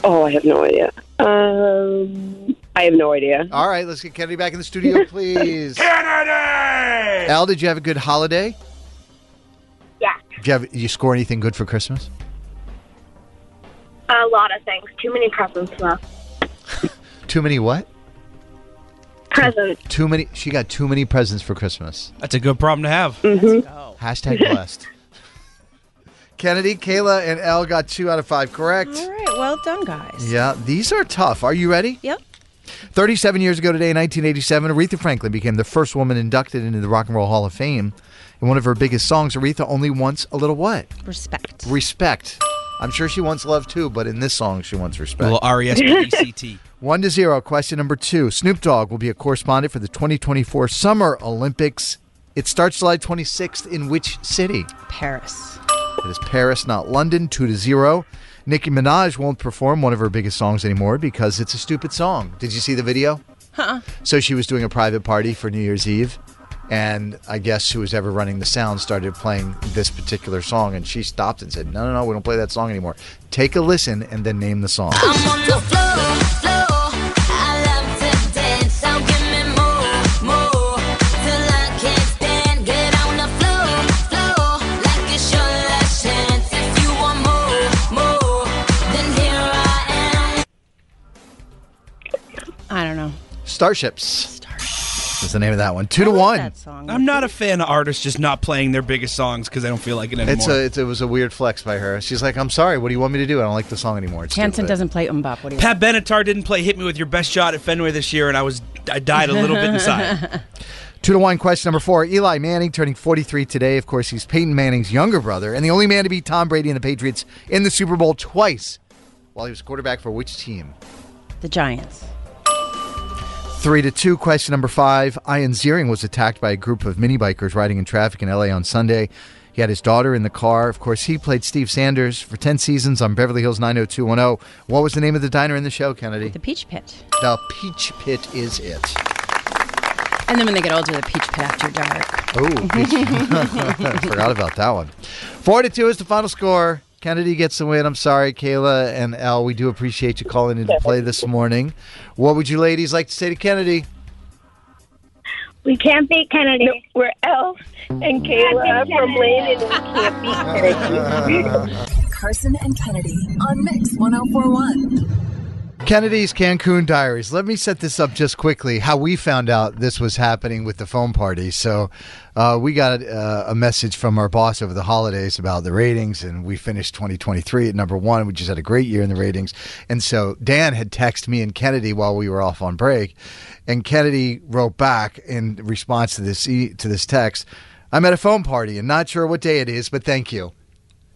[SPEAKER 16] Oh, I have no idea. Um, I have no idea.
[SPEAKER 13] All right, let's get Kennedy back in the studio, please. Kennedy! Al, did you have a good holiday?
[SPEAKER 20] Yeah.
[SPEAKER 13] Did you, have, you score anything good for Christmas?
[SPEAKER 20] A lot of things. Too many presents left.
[SPEAKER 13] Too many what?
[SPEAKER 20] Presents.
[SPEAKER 13] Too many. She got too many presents for Christmas. Uh,
[SPEAKER 7] That's a good problem to have.
[SPEAKER 16] Mm-hmm.
[SPEAKER 13] Hashtag blessed. Kennedy, Kayla, and Al got two out of five correct.
[SPEAKER 14] All right, well done, guys.
[SPEAKER 13] Yeah, these are tough. Are you ready?
[SPEAKER 14] Yep.
[SPEAKER 13] 37 years ago today, in 1987, Aretha Franklin became the first woman inducted into the Rock and Roll Hall of Fame. In one of her biggest songs, Aretha only wants a little what?
[SPEAKER 14] Respect.
[SPEAKER 13] Respect. I'm sure she wants love too, but in this song, she wants respect.
[SPEAKER 7] Little
[SPEAKER 1] E
[SPEAKER 13] E
[SPEAKER 7] R-E-S-P-E-C-T.
[SPEAKER 13] One to zero. Question number two. Snoop Dogg will be a correspondent for the 2024 Summer Olympics. It starts July 26th in which city?
[SPEAKER 14] Paris.
[SPEAKER 13] It is Paris, not London. Two to zero. Nicki Minaj won't perform one of her biggest songs anymore because it's a stupid song. Did you see the video?
[SPEAKER 14] Huh.
[SPEAKER 13] So she was doing a private party for New Year's Eve, and I guess who was ever running the sound started playing this particular song, and she stopped and said, "No, no, no, we don't play that song anymore. Take a listen and then name the song."
[SPEAKER 14] I don't know.
[SPEAKER 13] Starships. Starships. Is the name of that one? Two to one.
[SPEAKER 7] I'm not a fan of artists just not playing their biggest songs because they don't feel like it anymore.
[SPEAKER 13] It's a, it's, it was a weird flex by her. She's like, I'm sorry, what do you want me to do? I don't like the song anymore. It's
[SPEAKER 14] Hanson
[SPEAKER 13] stupid."
[SPEAKER 14] doesn't play umbop. What do you
[SPEAKER 7] Pat Benatar didn't play "Hit Me with Your Best Shot" at Fenway this year, and I was I died a little bit inside.
[SPEAKER 13] Two to one. Question number four. Eli Manning turning 43 today. Of course, he's Peyton Manning's younger brother and the only man to beat Tom Brady and the Patriots in the Super Bowl twice while he was quarterback for which team?
[SPEAKER 14] The Giants.
[SPEAKER 13] Three to two. Question number five. Ian Ziering was attacked by a group of mini bikers riding in traffic in LA on Sunday. He had his daughter in the car. Of course, he played Steve Sanders for 10 seasons on Beverly Hills 90210. What was the name of the diner in the show, Kennedy?
[SPEAKER 14] The Peach Pit.
[SPEAKER 13] The Peach Pit is it.
[SPEAKER 14] And then when they get older, the Peach Pit after dark.
[SPEAKER 13] Oh, forgot about that one. Four to two is the final score. Kennedy gets the win. I'm sorry, Kayla and Al. We do appreciate you calling in to play this morning. What would you ladies like to say to Kennedy?
[SPEAKER 20] We can't beat Kennedy. we're L and
[SPEAKER 10] Kayla from Blaine,
[SPEAKER 20] and we can't beat Kennedy.
[SPEAKER 10] Carson and Kennedy on Mix 1041.
[SPEAKER 13] Kennedy's Cancun Diaries. Let me set this up just quickly. How we found out this was happening with the phone party. So, uh, we got uh, a message from our boss over the holidays about the ratings, and we finished 2023 at number one. We just had a great year in the ratings. And so, Dan had texted me and Kennedy while we were off on break, and Kennedy wrote back in response to this e- to this text. I'm at a phone party and not sure what day it is, but thank you.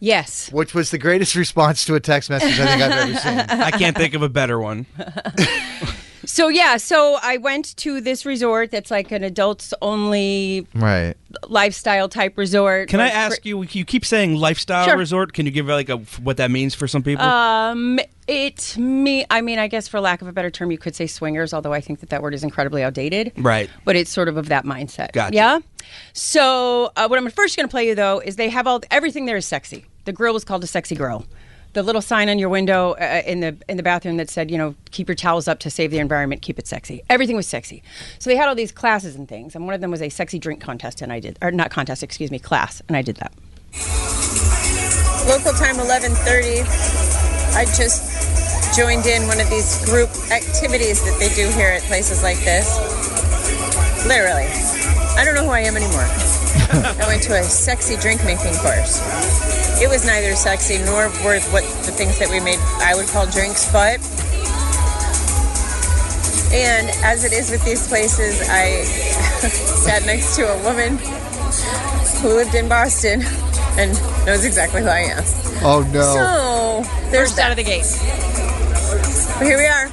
[SPEAKER 14] Yes.
[SPEAKER 13] Which was the greatest response to a text message I think I've ever seen.
[SPEAKER 7] I can't think of a better one.
[SPEAKER 14] So yeah, so I went to this resort that's like an adults only
[SPEAKER 13] Right.
[SPEAKER 14] lifestyle type resort.
[SPEAKER 7] Can I
[SPEAKER 14] Like,
[SPEAKER 7] ask you? You keep saying lifestyle
[SPEAKER 14] Sure.
[SPEAKER 7] resort. Can you give like a, what that means for some people?
[SPEAKER 14] Um, it me. I mean, I guess for lack of a better term, you could say swingers. Although I think that that word is incredibly outdated.
[SPEAKER 7] right.
[SPEAKER 14] But it's sort of of that mindset.
[SPEAKER 7] Gotcha.
[SPEAKER 14] Yeah. So uh, what I'm first going to play you though is they have all everything there is sexy. The grill was called a sexy grill. The little sign on your window uh, in the in the bathroom that said, you know, keep your towels up to save the environment, keep it sexy. Everything was sexy. So they had all these classes and things, and one of them was a sexy drink contest, and I did, or not contest, excuse me, class, and I did that.
[SPEAKER 21] Local time 11:30. I just joined in one of these group activities that they do here at places like this. Literally. I don't know who I am anymore. I went to a sexy drink making course. It was neither sexy nor worth what the things that we made I would call drinks, but and as it is with these places, I sat next to a woman who lived in Boston and knows exactly who I am.
[SPEAKER 13] Oh no.
[SPEAKER 21] So there's First out of the gate. But here we are.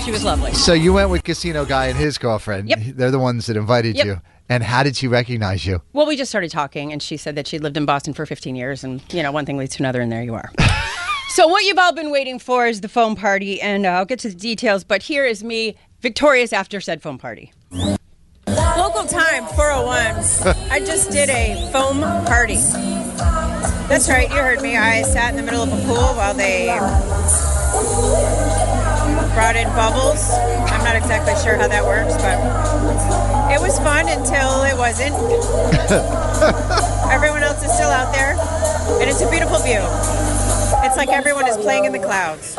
[SPEAKER 14] She was lovely.
[SPEAKER 13] So, you went with Casino Guy and his girlfriend.
[SPEAKER 14] Yep.
[SPEAKER 13] They're the ones that invited
[SPEAKER 14] Yep.
[SPEAKER 13] you. And how did she recognize you?
[SPEAKER 14] Well, we just started talking, and she said that she'd lived in Boston for 15 years, and you know, one thing leads to another, and there you are. so, what you've all been waiting for is the foam party, and uh, I'll get to the details, but here is me victorious after said foam party.
[SPEAKER 21] Local time 401. I just did a foam party. That's right, you heard me. I sat in the middle of a pool while they Brought in bubbles. I'm not exactly sure how that works, but it was fun until it wasn't. Everyone else is still out there, and it's a beautiful view. It's like everyone is playing in the clouds.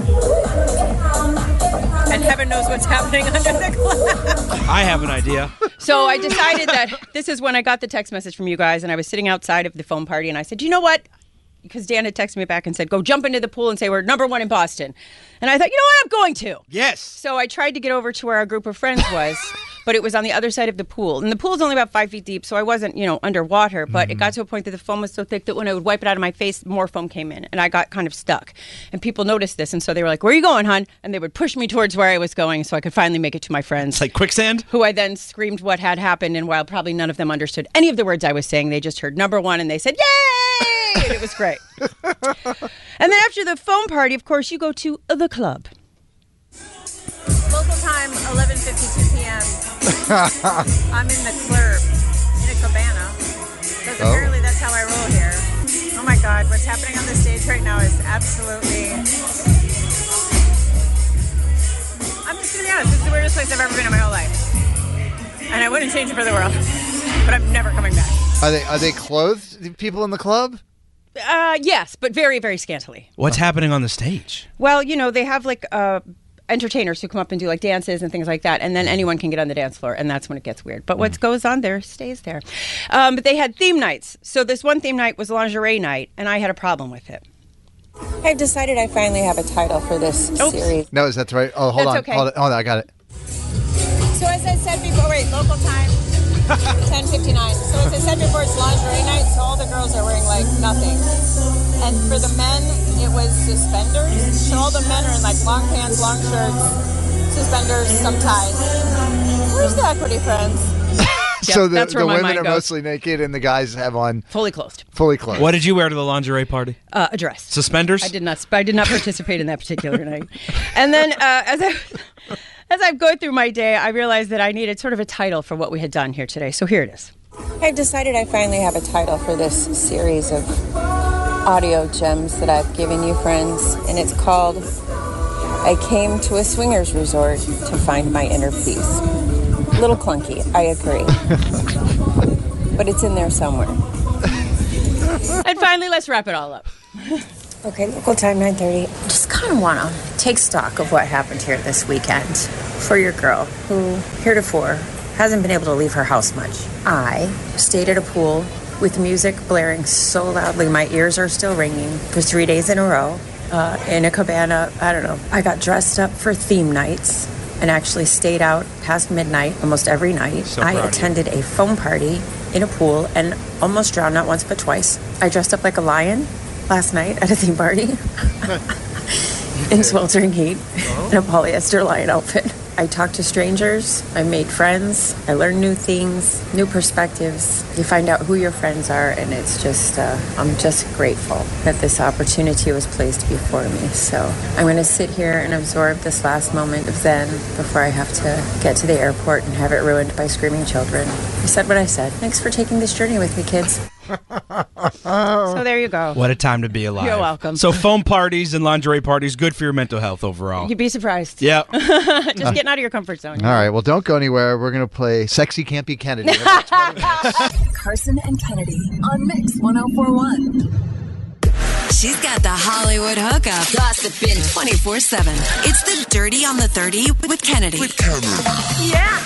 [SPEAKER 21] And heaven knows what's happening under the clouds.
[SPEAKER 7] I have an idea.
[SPEAKER 14] So I decided that this is when I got the text message from you guys, and I was sitting outside of the phone party, and I said, "You know what?" Because Dan had texted me back and said, "Go jump into the pool and say we're number one in Boston," and I thought, "You know what? I'm going to."
[SPEAKER 7] Yes.
[SPEAKER 14] So I tried to get over to where our group of friends was, but it was on the other side of the pool, and the pool's only about five feet deep, so I wasn't, you know, underwater. But
[SPEAKER 7] Mm-hmm.
[SPEAKER 14] it got to a point that the foam was so thick that when I would wipe it out of my face, more foam came in, and I got kind of stuck. And people noticed this, and so they were like, "Where are you going, hon?" And they would push me towards where I was going, so I could finally make it to my friends.
[SPEAKER 7] Like quicksand.
[SPEAKER 14] Who I then screamed what had happened, and while probably none of them understood any of the words I was saying, they just heard number one and they said, Yay! and it was great. and then after the phone party, of course, you go to the club.
[SPEAKER 21] Local time, 11:52 p.m. I'm in the club in a cabana because
[SPEAKER 9] Oh.
[SPEAKER 21] apparently that's how I roll here. Oh my God, what's happening on the stage right now is absolutely. I'm just gonna be honest. This is the weirdest place I've ever been in my whole life, and I wouldn't change it for the world. But I'm never coming back.
[SPEAKER 13] Are they are they clothed? The people in the club?
[SPEAKER 14] Uh, yes, but very, very scantily.
[SPEAKER 7] What's happening on the stage?
[SPEAKER 14] Well, you know, they have like uh, entertainers who come up and do like dances and things like that, and then anyone can get on the dance floor, and that's when it gets weird. But what goes on there stays there. Um, but they had theme nights. So this one theme night was lingerie night, and I had a problem with it.
[SPEAKER 21] I've decided I finally have a title for this series.
[SPEAKER 13] No, is that the right? Oh, hold
[SPEAKER 21] That's
[SPEAKER 13] on.
[SPEAKER 21] okay.
[SPEAKER 13] Hold on. Hold on. I got it.
[SPEAKER 21] So as I said before, wait, local time, 10:59. So as I said before, it's lingerie night, so all the girls are wearing like nothing, and for the men, it was suspenders. So all the men are in like long pants, long shirts, suspenders, some ties. Where's the equity, friends?
[SPEAKER 13] so the, the women are mostly naked and the guys have on
[SPEAKER 14] fully clothed.
[SPEAKER 13] Fully clothed.
[SPEAKER 7] What did you wear to the lingerie party?
[SPEAKER 14] Uh, a dress.
[SPEAKER 7] Suspenders.
[SPEAKER 14] I did not. I did not participate in that particular night. And then uh, as I as I go through my day, I realized that I needed sort of a title for what we had done here today. So here it is.
[SPEAKER 21] I've decided I finally have a title for this series of audio gems that I've given you, friends, and it's called I Came to a Swingers Resort to Find My Inner Peace. Little clunky, I agree. but it's in there somewhere.
[SPEAKER 14] and finally, let's wrap it all up.
[SPEAKER 21] Okay, local time 9:30. Just kind of want to take stock of what happened here this weekend for your girl who heretofore hasn't been able to leave her house much. I stayed at a pool with music blaring so loudly my ears are still ringing for 3 days in a row. Uh, in a cabana, I don't know. I got dressed up for theme nights and actually stayed out past midnight almost every night.
[SPEAKER 3] So
[SPEAKER 21] I
[SPEAKER 3] proud of you.
[SPEAKER 21] attended a foam party in a pool and almost drowned not once but twice. I dressed up like a lion last night at a theme party in sweltering heat in a polyester lion outfit. I talked to strangers, I made friends, I learned new things, new perspectives. You find out who your friends are, and it's just, uh, I'm just grateful that this opportunity was placed before me. So I'm going to sit here and absorb this last moment of Zen before I have to get to the airport and have it ruined by screaming children. I said what I said. Thanks for taking this journey with me, kids.
[SPEAKER 14] So there you go.
[SPEAKER 7] What a time to be alive.
[SPEAKER 14] Oh. You're welcome.
[SPEAKER 7] So foam parties and lingerie parties, good for your mental health overall.
[SPEAKER 14] You'd be surprised.
[SPEAKER 7] Yeah.
[SPEAKER 14] Just getting out of your comfort zone.
[SPEAKER 13] All right. Well, don't go anywhere. We're going to play Sexy Campy Kennedy.
[SPEAKER 10] Carson and Kennedy on Mix 1041.
[SPEAKER 2] She's got the Hollywood hookup. Gossiping 24 7. It's the Dirty on the 30 with Kennedy. With Kennedy.
[SPEAKER 14] Yeah.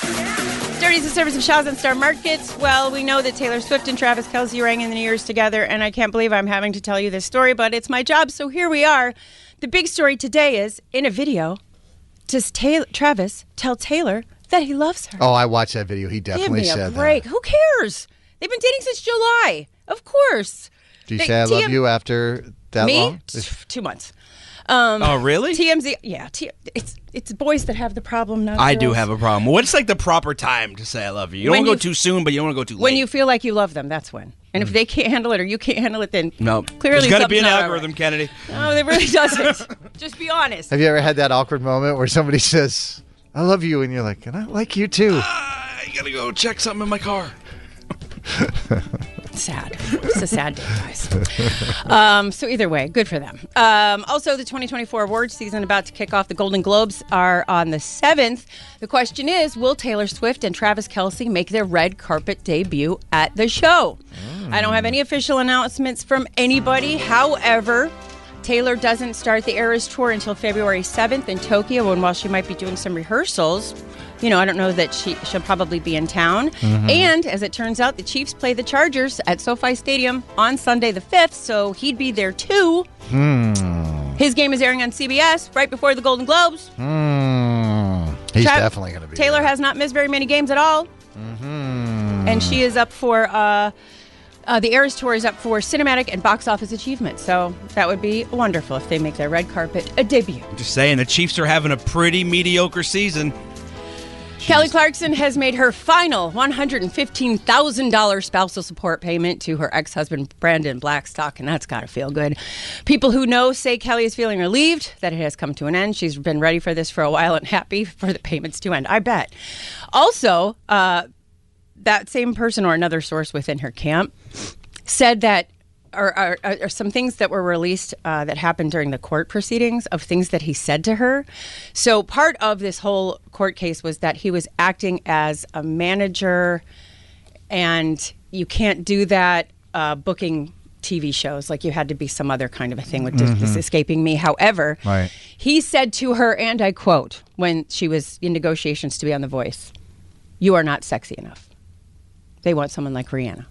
[SPEAKER 14] Dirty is the service of Shaw's and Star Markets. Well, we know that Taylor Swift and Travis Kelsey rang in the New Year's together, and I can't believe I'm having to tell you this story, but it's my job, so here we are. The big story today is in a video, does Taylor, Travis tell Taylor that he loves her?
[SPEAKER 13] oh, I watched that video. He definitely
[SPEAKER 14] Give me a
[SPEAKER 13] said that.
[SPEAKER 14] break. Who cares? They've been dating since July. Of course.
[SPEAKER 13] Did you
[SPEAKER 14] They-
[SPEAKER 13] say I love
[SPEAKER 14] TM
[SPEAKER 13] you after that
[SPEAKER 14] Me?
[SPEAKER 13] long?
[SPEAKER 14] Two months. Um,
[SPEAKER 7] Oh, really?
[SPEAKER 14] TMZ. Yeah. T- it's, it's boys that have the problem, not
[SPEAKER 7] I do
[SPEAKER 14] girls.
[SPEAKER 7] have a problem. What's like the proper time to say I love you? You don't
[SPEAKER 14] When
[SPEAKER 7] want to
[SPEAKER 14] you-
[SPEAKER 7] go too soon, but you don't want to go too late.
[SPEAKER 14] When you feel like you love them, that's when. And
[SPEAKER 13] Mm.
[SPEAKER 14] if they can't handle it or you can't handle it, then
[SPEAKER 7] no,
[SPEAKER 14] Clearly
[SPEAKER 7] there's got to be an
[SPEAKER 14] something's not
[SPEAKER 7] algorithm, Kennedy.
[SPEAKER 14] no, it really doesn't. Just be honest.
[SPEAKER 13] Have you ever had that awkward moment where somebody says, I love you? And you're like, and I like you too.
[SPEAKER 7] I gotta go check something in my car.
[SPEAKER 14] sad. It's a sad day, guys. Um, so either way, good for them. Um, also, the 2024 awards season about to kick off. The Golden Globes are on the 7th. The question is, will Taylor Swift and Travis Kelsey make their red carpet debut at the show? I don't have any official announcements from anybody. However, Taylor doesn't start the Eras tour until February 7th in Tokyo, and while she might be doing some rehearsals, you know, I don't know that she she'll probably be in town.
[SPEAKER 3] Mhm.
[SPEAKER 14] And as it turns out, the Chiefs play the Chargers at SoFi Stadium on Sunday the 5th, so he'd be there too.
[SPEAKER 13] Hmm.
[SPEAKER 14] His game is airing on CBS right before the Golden Globes.
[SPEAKER 13] Hmm. He's
[SPEAKER 14] Tra-
[SPEAKER 13] definitely going to be.
[SPEAKER 14] Taylor has not missed very many games at all. And she is up for uh, uh, the Eras Tour is up for cinematic and box office achievement. So that would be wonderful if they make their red carpet a debut.
[SPEAKER 7] I'm just saying, the Chiefs are having a pretty mediocre season.
[SPEAKER 14] Kelly Clarkson has made her final $115,000 spousal support payment to her ex husband, Brandon Blackstock, and that's got to feel good. People who know say Kelly is feeling relieved that it has come to an end. She's been ready for this for a while and happy for the payments to end, I bet. Also, uh, that same person or another source within her camp said that are, are, are some things that were released uh, that happened during the court proceedings of things that he said to her. So part of this whole court case was that he was acting as a manager, and you can't do that uh, booking TV shows. Like you had to be some other kind of a thing. With this is
[SPEAKER 3] Mhm.
[SPEAKER 14] escaping me. However,
[SPEAKER 3] Right.
[SPEAKER 14] he said to her, and I quote, when she was in negotiations to be on The Voice, "You are not sexy enough. They want someone like Rihanna."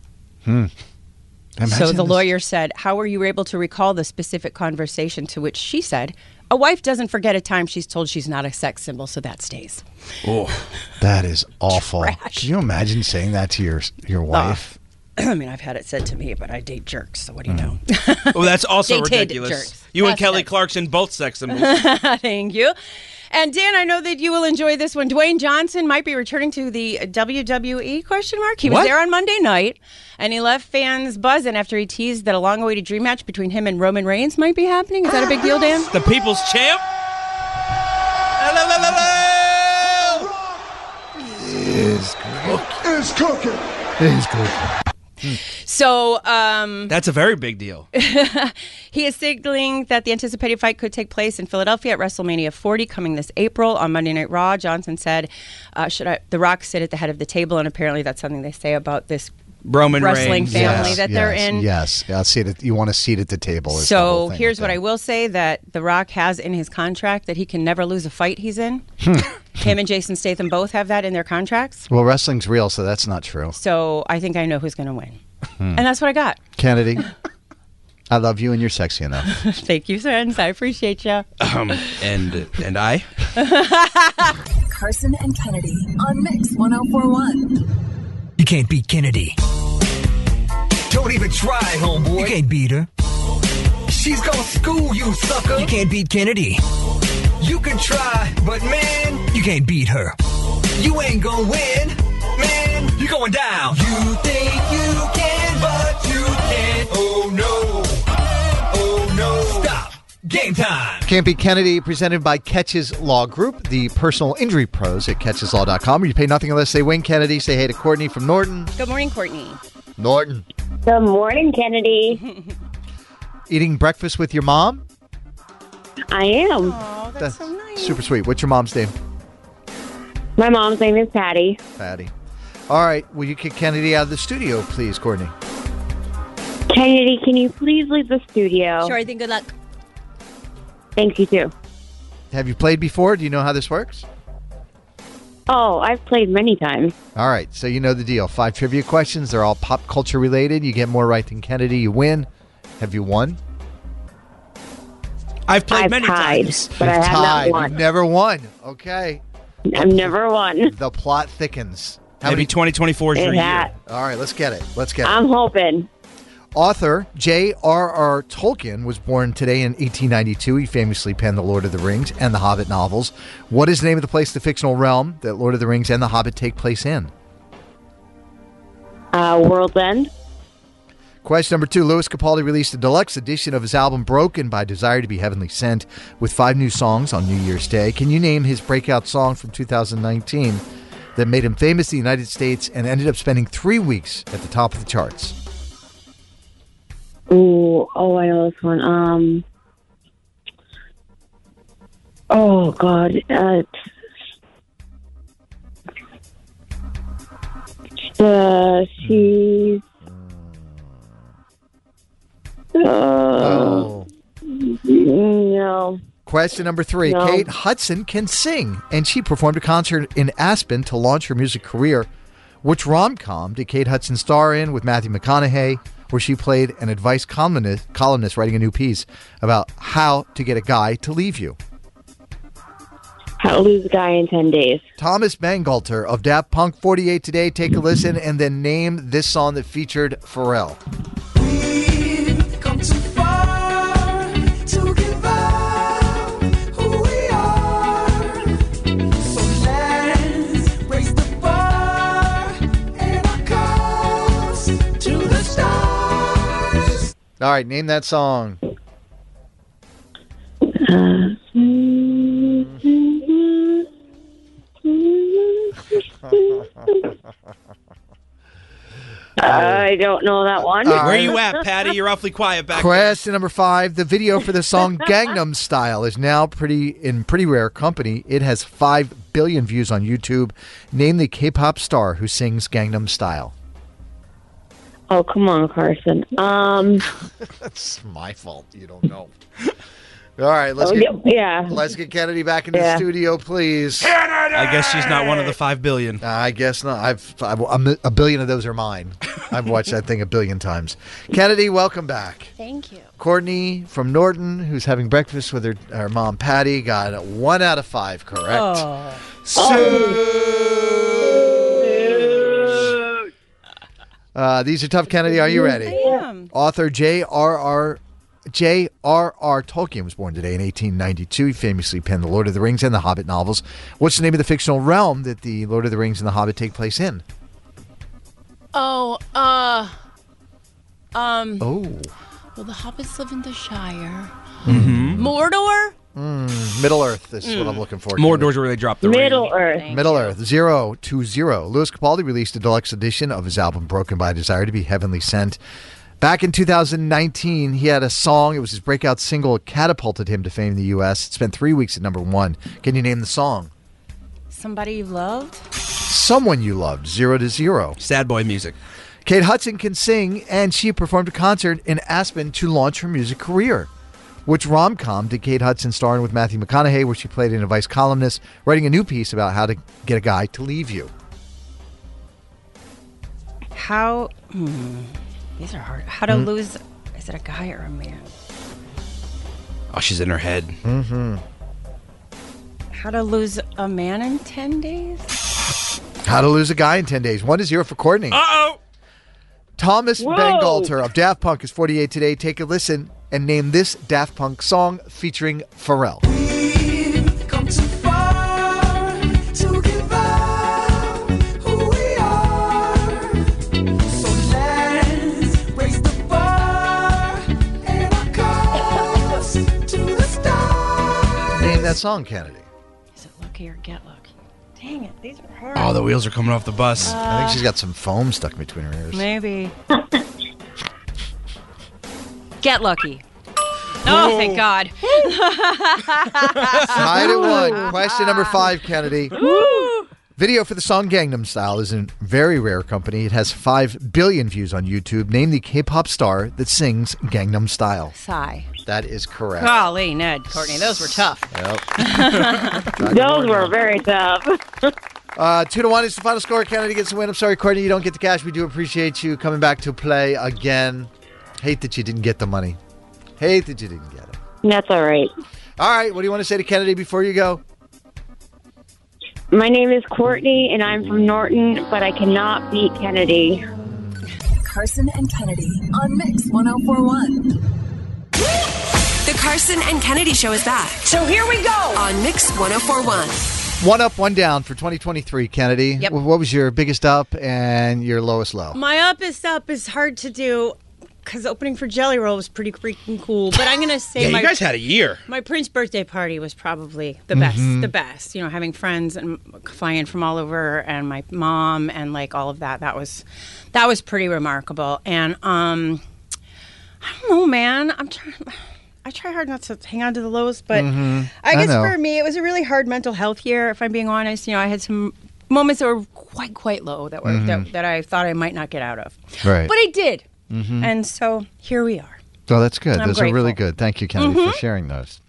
[SPEAKER 13] Hmm.
[SPEAKER 14] so
[SPEAKER 13] Imagine
[SPEAKER 14] the
[SPEAKER 13] this-
[SPEAKER 14] lawyer said, How were you able to recall the specific conversation to which she said, A wife doesn't forget a time she's told she's not a sex symbol, so that stays.
[SPEAKER 13] Oh, that is awful. Can you imagine saying that to your your wife?
[SPEAKER 14] I mean, I've had it said to me, but I date jerks, so what do you know?
[SPEAKER 13] Mm-hmm.
[SPEAKER 7] Oh, that's also
[SPEAKER 14] Dated
[SPEAKER 7] ridiculous.
[SPEAKER 14] jerks.
[SPEAKER 7] You and
[SPEAKER 14] That's
[SPEAKER 7] Kelly
[SPEAKER 14] it.
[SPEAKER 7] Clarkson both sex symbols.
[SPEAKER 14] Thank you. And Dan, I know that you will enjoy this one. Dwayne Johnson might be returning to the WWE question mark. He was
[SPEAKER 22] What?
[SPEAKER 14] there on Monday night, and he left fans buzzing after he teased that a long-awaited dream match between him and Roman Reigns might be happening. Is that a big deal, Dan?
[SPEAKER 7] the people's champ.
[SPEAKER 13] Is
[SPEAKER 5] Is cooking.
[SPEAKER 13] is good.
[SPEAKER 14] So, um,
[SPEAKER 7] That's a very big deal.
[SPEAKER 14] he is signaling that the anticipated fight could take place in Philadelphia at WrestleMania 40 coming this April on Monday Night Raw. Johnson said, uh, "Should I, The Rock sit at the head of the table?" And apparently, that's something they say about this
[SPEAKER 7] Roman
[SPEAKER 14] wrestling
[SPEAKER 7] Reigns.
[SPEAKER 14] family
[SPEAKER 13] Yes,
[SPEAKER 14] that they're
[SPEAKER 13] yes,
[SPEAKER 14] in.
[SPEAKER 13] Yes, yeah, seat at, you want a seat at the table. is the
[SPEAKER 14] So
[SPEAKER 13] whole thing.
[SPEAKER 14] here's what I will say: that The Rock has in his contract that he can never lose a fight he's in.
[SPEAKER 13] Hmm.
[SPEAKER 14] Him and Jason Statham both have that in their contracts.
[SPEAKER 13] well, wrestling's real, so that's not true.
[SPEAKER 14] So I think I know who's going to win,
[SPEAKER 13] Oh. Hmm.
[SPEAKER 14] and that's what I got.
[SPEAKER 13] Kennedy, I love you, and you're sexy enough.
[SPEAKER 14] Thank you, friends. I appreciate you.
[SPEAKER 7] Um, and and I.
[SPEAKER 10] Carson and Kennedy on Mix 1041.
[SPEAKER 15] You can't beat Kennedy. Don't even try, homeboy. You can't beat her. She's gonna school you, sucker. You can't beat Kennedy. You can try, but man, you can't beat her. You ain't gonna win, man. You're going down. You think you can, but you can't. Oh no. Oh no. Stop. Game time.
[SPEAKER 13] Can't beat Kennedy, presented by Catches Law Group, the personal injury pros at catcheslaw.com. You pay nothing unless they win. Kennedy, say hey to Courtney from Norton.
[SPEAKER 14] Good morning, Courtney.
[SPEAKER 13] Norton,
[SPEAKER 20] Good morning, Kennedy.
[SPEAKER 13] eating breakfast with your mom?
[SPEAKER 20] I am.
[SPEAKER 13] that's, so nice. Super sweet. What's your mom's name?
[SPEAKER 20] My mom's name is Patty.
[SPEAKER 13] Patty. All right, will you kick Kennedy out of the studio, please, Courtney?
[SPEAKER 20] Kennedy, can you please leave the studio?
[SPEAKER 14] Sure thing. Good luck.
[SPEAKER 20] Thanks, you too.
[SPEAKER 13] Have you played before? Do you know how this works?
[SPEAKER 20] Oh, I've played many times.
[SPEAKER 13] All right, so you know the deal. Five trivia questions. They're all pop culture related. You get more right than Kennedy, you win. Have you won?
[SPEAKER 7] I've
[SPEAKER 20] played I've many tied, times. but I have not won.
[SPEAKER 13] You've never won. Okay.
[SPEAKER 20] I've never won.
[SPEAKER 13] The plot thickens.
[SPEAKER 7] Maybe 2024 is your year.
[SPEAKER 13] All right, let's get it. Let's get
[SPEAKER 20] I'm
[SPEAKER 13] it.
[SPEAKER 20] hoping.
[SPEAKER 13] Author J.R.R. Tolkien was born today in 1892. He famously penned The Lord of the Rings and The Hobbit novels. What is the name of the place, the fictional realm, that Lord of the Rings and The Hobbit take place in?
[SPEAKER 20] Uh, World's End.
[SPEAKER 13] Question number two Louis Capaldi released a deluxe edition of his album Broken by Desire to Be Heavenly Sent with five new songs on New Year's Day. Can you name his breakout song from 2019 that made him famous in the United States and ended up spending three weeks at the top of the charts?
[SPEAKER 16] Ooh, oh, I know this one. Um, oh God, uh, uh she's. Uh, No.
[SPEAKER 13] Oh. Question number three
[SPEAKER 16] No.
[SPEAKER 13] Kate Hudson can sing, and she performed a concert in Aspen to launch her music career. Which rom com did Kate Hudson star in with Matthew McConaughey, where she played an advice columnist, columnist writing a new piece about how to get a guy to leave you?
[SPEAKER 16] How to lose a guy in 10 days.
[SPEAKER 13] Thomas Bangalter of Daft Punk 48 Today. Take a listen and then name this song that featured Pharrell.
[SPEAKER 9] Come too far to give up who we are. So let's raise the bar and our cause to the stars.
[SPEAKER 13] All right, name that song.
[SPEAKER 16] I don't know that one.
[SPEAKER 13] All
[SPEAKER 7] Where
[SPEAKER 13] right.
[SPEAKER 7] you at, Patty? You're awfully quiet back
[SPEAKER 13] Question number five: The video for the song "Gangnam Style" is now pretty in pretty rare company. It has five billion views on YouTube. Name the K-pop star who sings "Gangnam Style."
[SPEAKER 16] Oh, come on, Carson. Um,
[SPEAKER 13] That's my fault. You don't know. All right, let's
[SPEAKER 16] Oh,
[SPEAKER 13] get
[SPEAKER 16] yeah.
[SPEAKER 13] let's get Kennedy back into
[SPEAKER 16] Yeah.
[SPEAKER 13] the studio, please.
[SPEAKER 7] I guess she's not one of the five billion.
[SPEAKER 13] I guess not. I've, I've I'm- a billion of those are mine. I've watched that thing a billion times. Kennedy, welcome back.
[SPEAKER 10] Thank you.
[SPEAKER 13] Courtney from Norton, who's having breakfast with her, her mom Patty, got a one out of five correct.
[SPEAKER 9] Oh.
[SPEAKER 13] So- Uh, these are tough, Kennedy. Are you ready?
[SPEAKER 9] I am.
[SPEAKER 13] Author J.R.R. J.R.R. Tolkien was born today in 1892. He famously penned The Lord of the Rings and The Hobbit novels. What's the name of the fictional realm that The Lord of the Rings and The Hobbit take place in?
[SPEAKER 10] Oh, uh, um.
[SPEAKER 13] Oh.
[SPEAKER 10] Well, the hobbits live in the Shire.
[SPEAKER 13] Mm-hmm.
[SPEAKER 10] Mordor.
[SPEAKER 13] Middle Earth Hmm, is what
[SPEAKER 10] Mm.
[SPEAKER 13] I'm looking for.
[SPEAKER 7] More doors where they drop the ring.
[SPEAKER 16] Earth.
[SPEAKER 13] Middle Earth, zero to zero. Lewis Capaldi released a deluxe edition of his album Broken by Desire to be Heavenly Sent. Back in 2019, he had a song. It was his breakout single, It catapulted him to fame in the U.S. It spent three weeks at number one. Can you name the song?
[SPEAKER 14] Somebody you loved?
[SPEAKER 13] Someone You Loved, zero to zero.
[SPEAKER 7] Sad boy music.
[SPEAKER 13] Kate Hudson can sing, and she performed a concert in Aspen to launch her music career. Which rom com did Kate Hudson star in with Matthew McConaughey, where she played an advice columnist, writing a new piece about how to get a guy to leave you?
[SPEAKER 14] How. hmm, these are hard. How to
[SPEAKER 7] Mm.
[SPEAKER 14] lose. Is it a guy or a man?
[SPEAKER 7] Oh, she's in her head.
[SPEAKER 13] Mm-hmm.
[SPEAKER 14] How to lose a man in 10 days?
[SPEAKER 13] How to Lose a Guy in 10 Days. One to zero for Courtney. Uh
[SPEAKER 7] oh.
[SPEAKER 13] Thomas
[SPEAKER 14] Ah! Whoa.
[SPEAKER 13] Bangalter of Daft Punk is 48 today. Take a listen and name this Daft Punk song featuring Pharrell.
[SPEAKER 9] Come too far to give up who we are. So let's raise the bar and our cause to the stars.
[SPEAKER 13] Name that song, Kennedy.
[SPEAKER 14] Lucky or get lucky. Dang it, these are hard.
[SPEAKER 7] Oh, the wheels are coming off the bus.
[SPEAKER 13] I think she's got some foam stuck between her ears.
[SPEAKER 14] Maybe. get lucky. Oh, thank God.
[SPEAKER 13] Tied at one. Question number five, Kennedy. Video for the song Gangnam Style is in very rare company. It has 5 billion views on YouTube. Name the K pop star that sings Gangnam Style.
[SPEAKER 14] Sigh.
[SPEAKER 13] That is correct.
[SPEAKER 14] Golly, Ned, Courtney, those were tough.
[SPEAKER 13] Those
[SPEAKER 16] were very tough.
[SPEAKER 13] Uh, two to one is the final score. Kennedy gets the win. I'm sorry, Courtney, you don't get the cash. We do appreciate you coming back to play again. Hate that you didn't get the money. Hate that you didn't get it.
[SPEAKER 16] That's all right.
[SPEAKER 13] All right, what do you want to say to Kennedy before you go?
[SPEAKER 16] My name is Courtney, and I'm from Norton, but I cannot beat Kennedy.
[SPEAKER 10] Carson and Kennedy on Mix 1041.
[SPEAKER 2] The Carson and Kennedy Show is back. So here we go on Mix 1041.
[SPEAKER 13] One up, one down for 2023, Kennedy.
[SPEAKER 14] Yep.
[SPEAKER 13] What was your biggest up and your lowest low?
[SPEAKER 14] My up is up is hard to do because opening for Jelly Roll was pretty freaking cool. But I'm gonna say
[SPEAKER 7] Yeah,
[SPEAKER 14] my
[SPEAKER 7] you guys had a year.
[SPEAKER 14] my Prince birthday party was probably the best,
[SPEAKER 13] Mm-hmm.
[SPEAKER 7] Mhm.
[SPEAKER 14] the best. You know, having friends and flying from all over, and my mom and like all of that. That was that was pretty remarkable. And um, don't know, man. I'm trying. I try hard not to hang on to the lows, but
[SPEAKER 13] Mhm.
[SPEAKER 14] I
[SPEAKER 13] I
[SPEAKER 14] guess
[SPEAKER 13] know.
[SPEAKER 14] for me, it was a really hard mental health year. If I'm being honest, you know, I had some moments that were quite, quite low that were
[SPEAKER 13] Mhm.
[SPEAKER 14] that, that I thought I might not get out of,
[SPEAKER 13] Right.
[SPEAKER 14] but I did,
[SPEAKER 13] Mhm.
[SPEAKER 14] and so here we are.
[SPEAKER 13] Oh, that's good.
[SPEAKER 14] I'm
[SPEAKER 13] those are really good. Thank you, Kennedy,
[SPEAKER 14] Mhm.
[SPEAKER 13] for sharing those.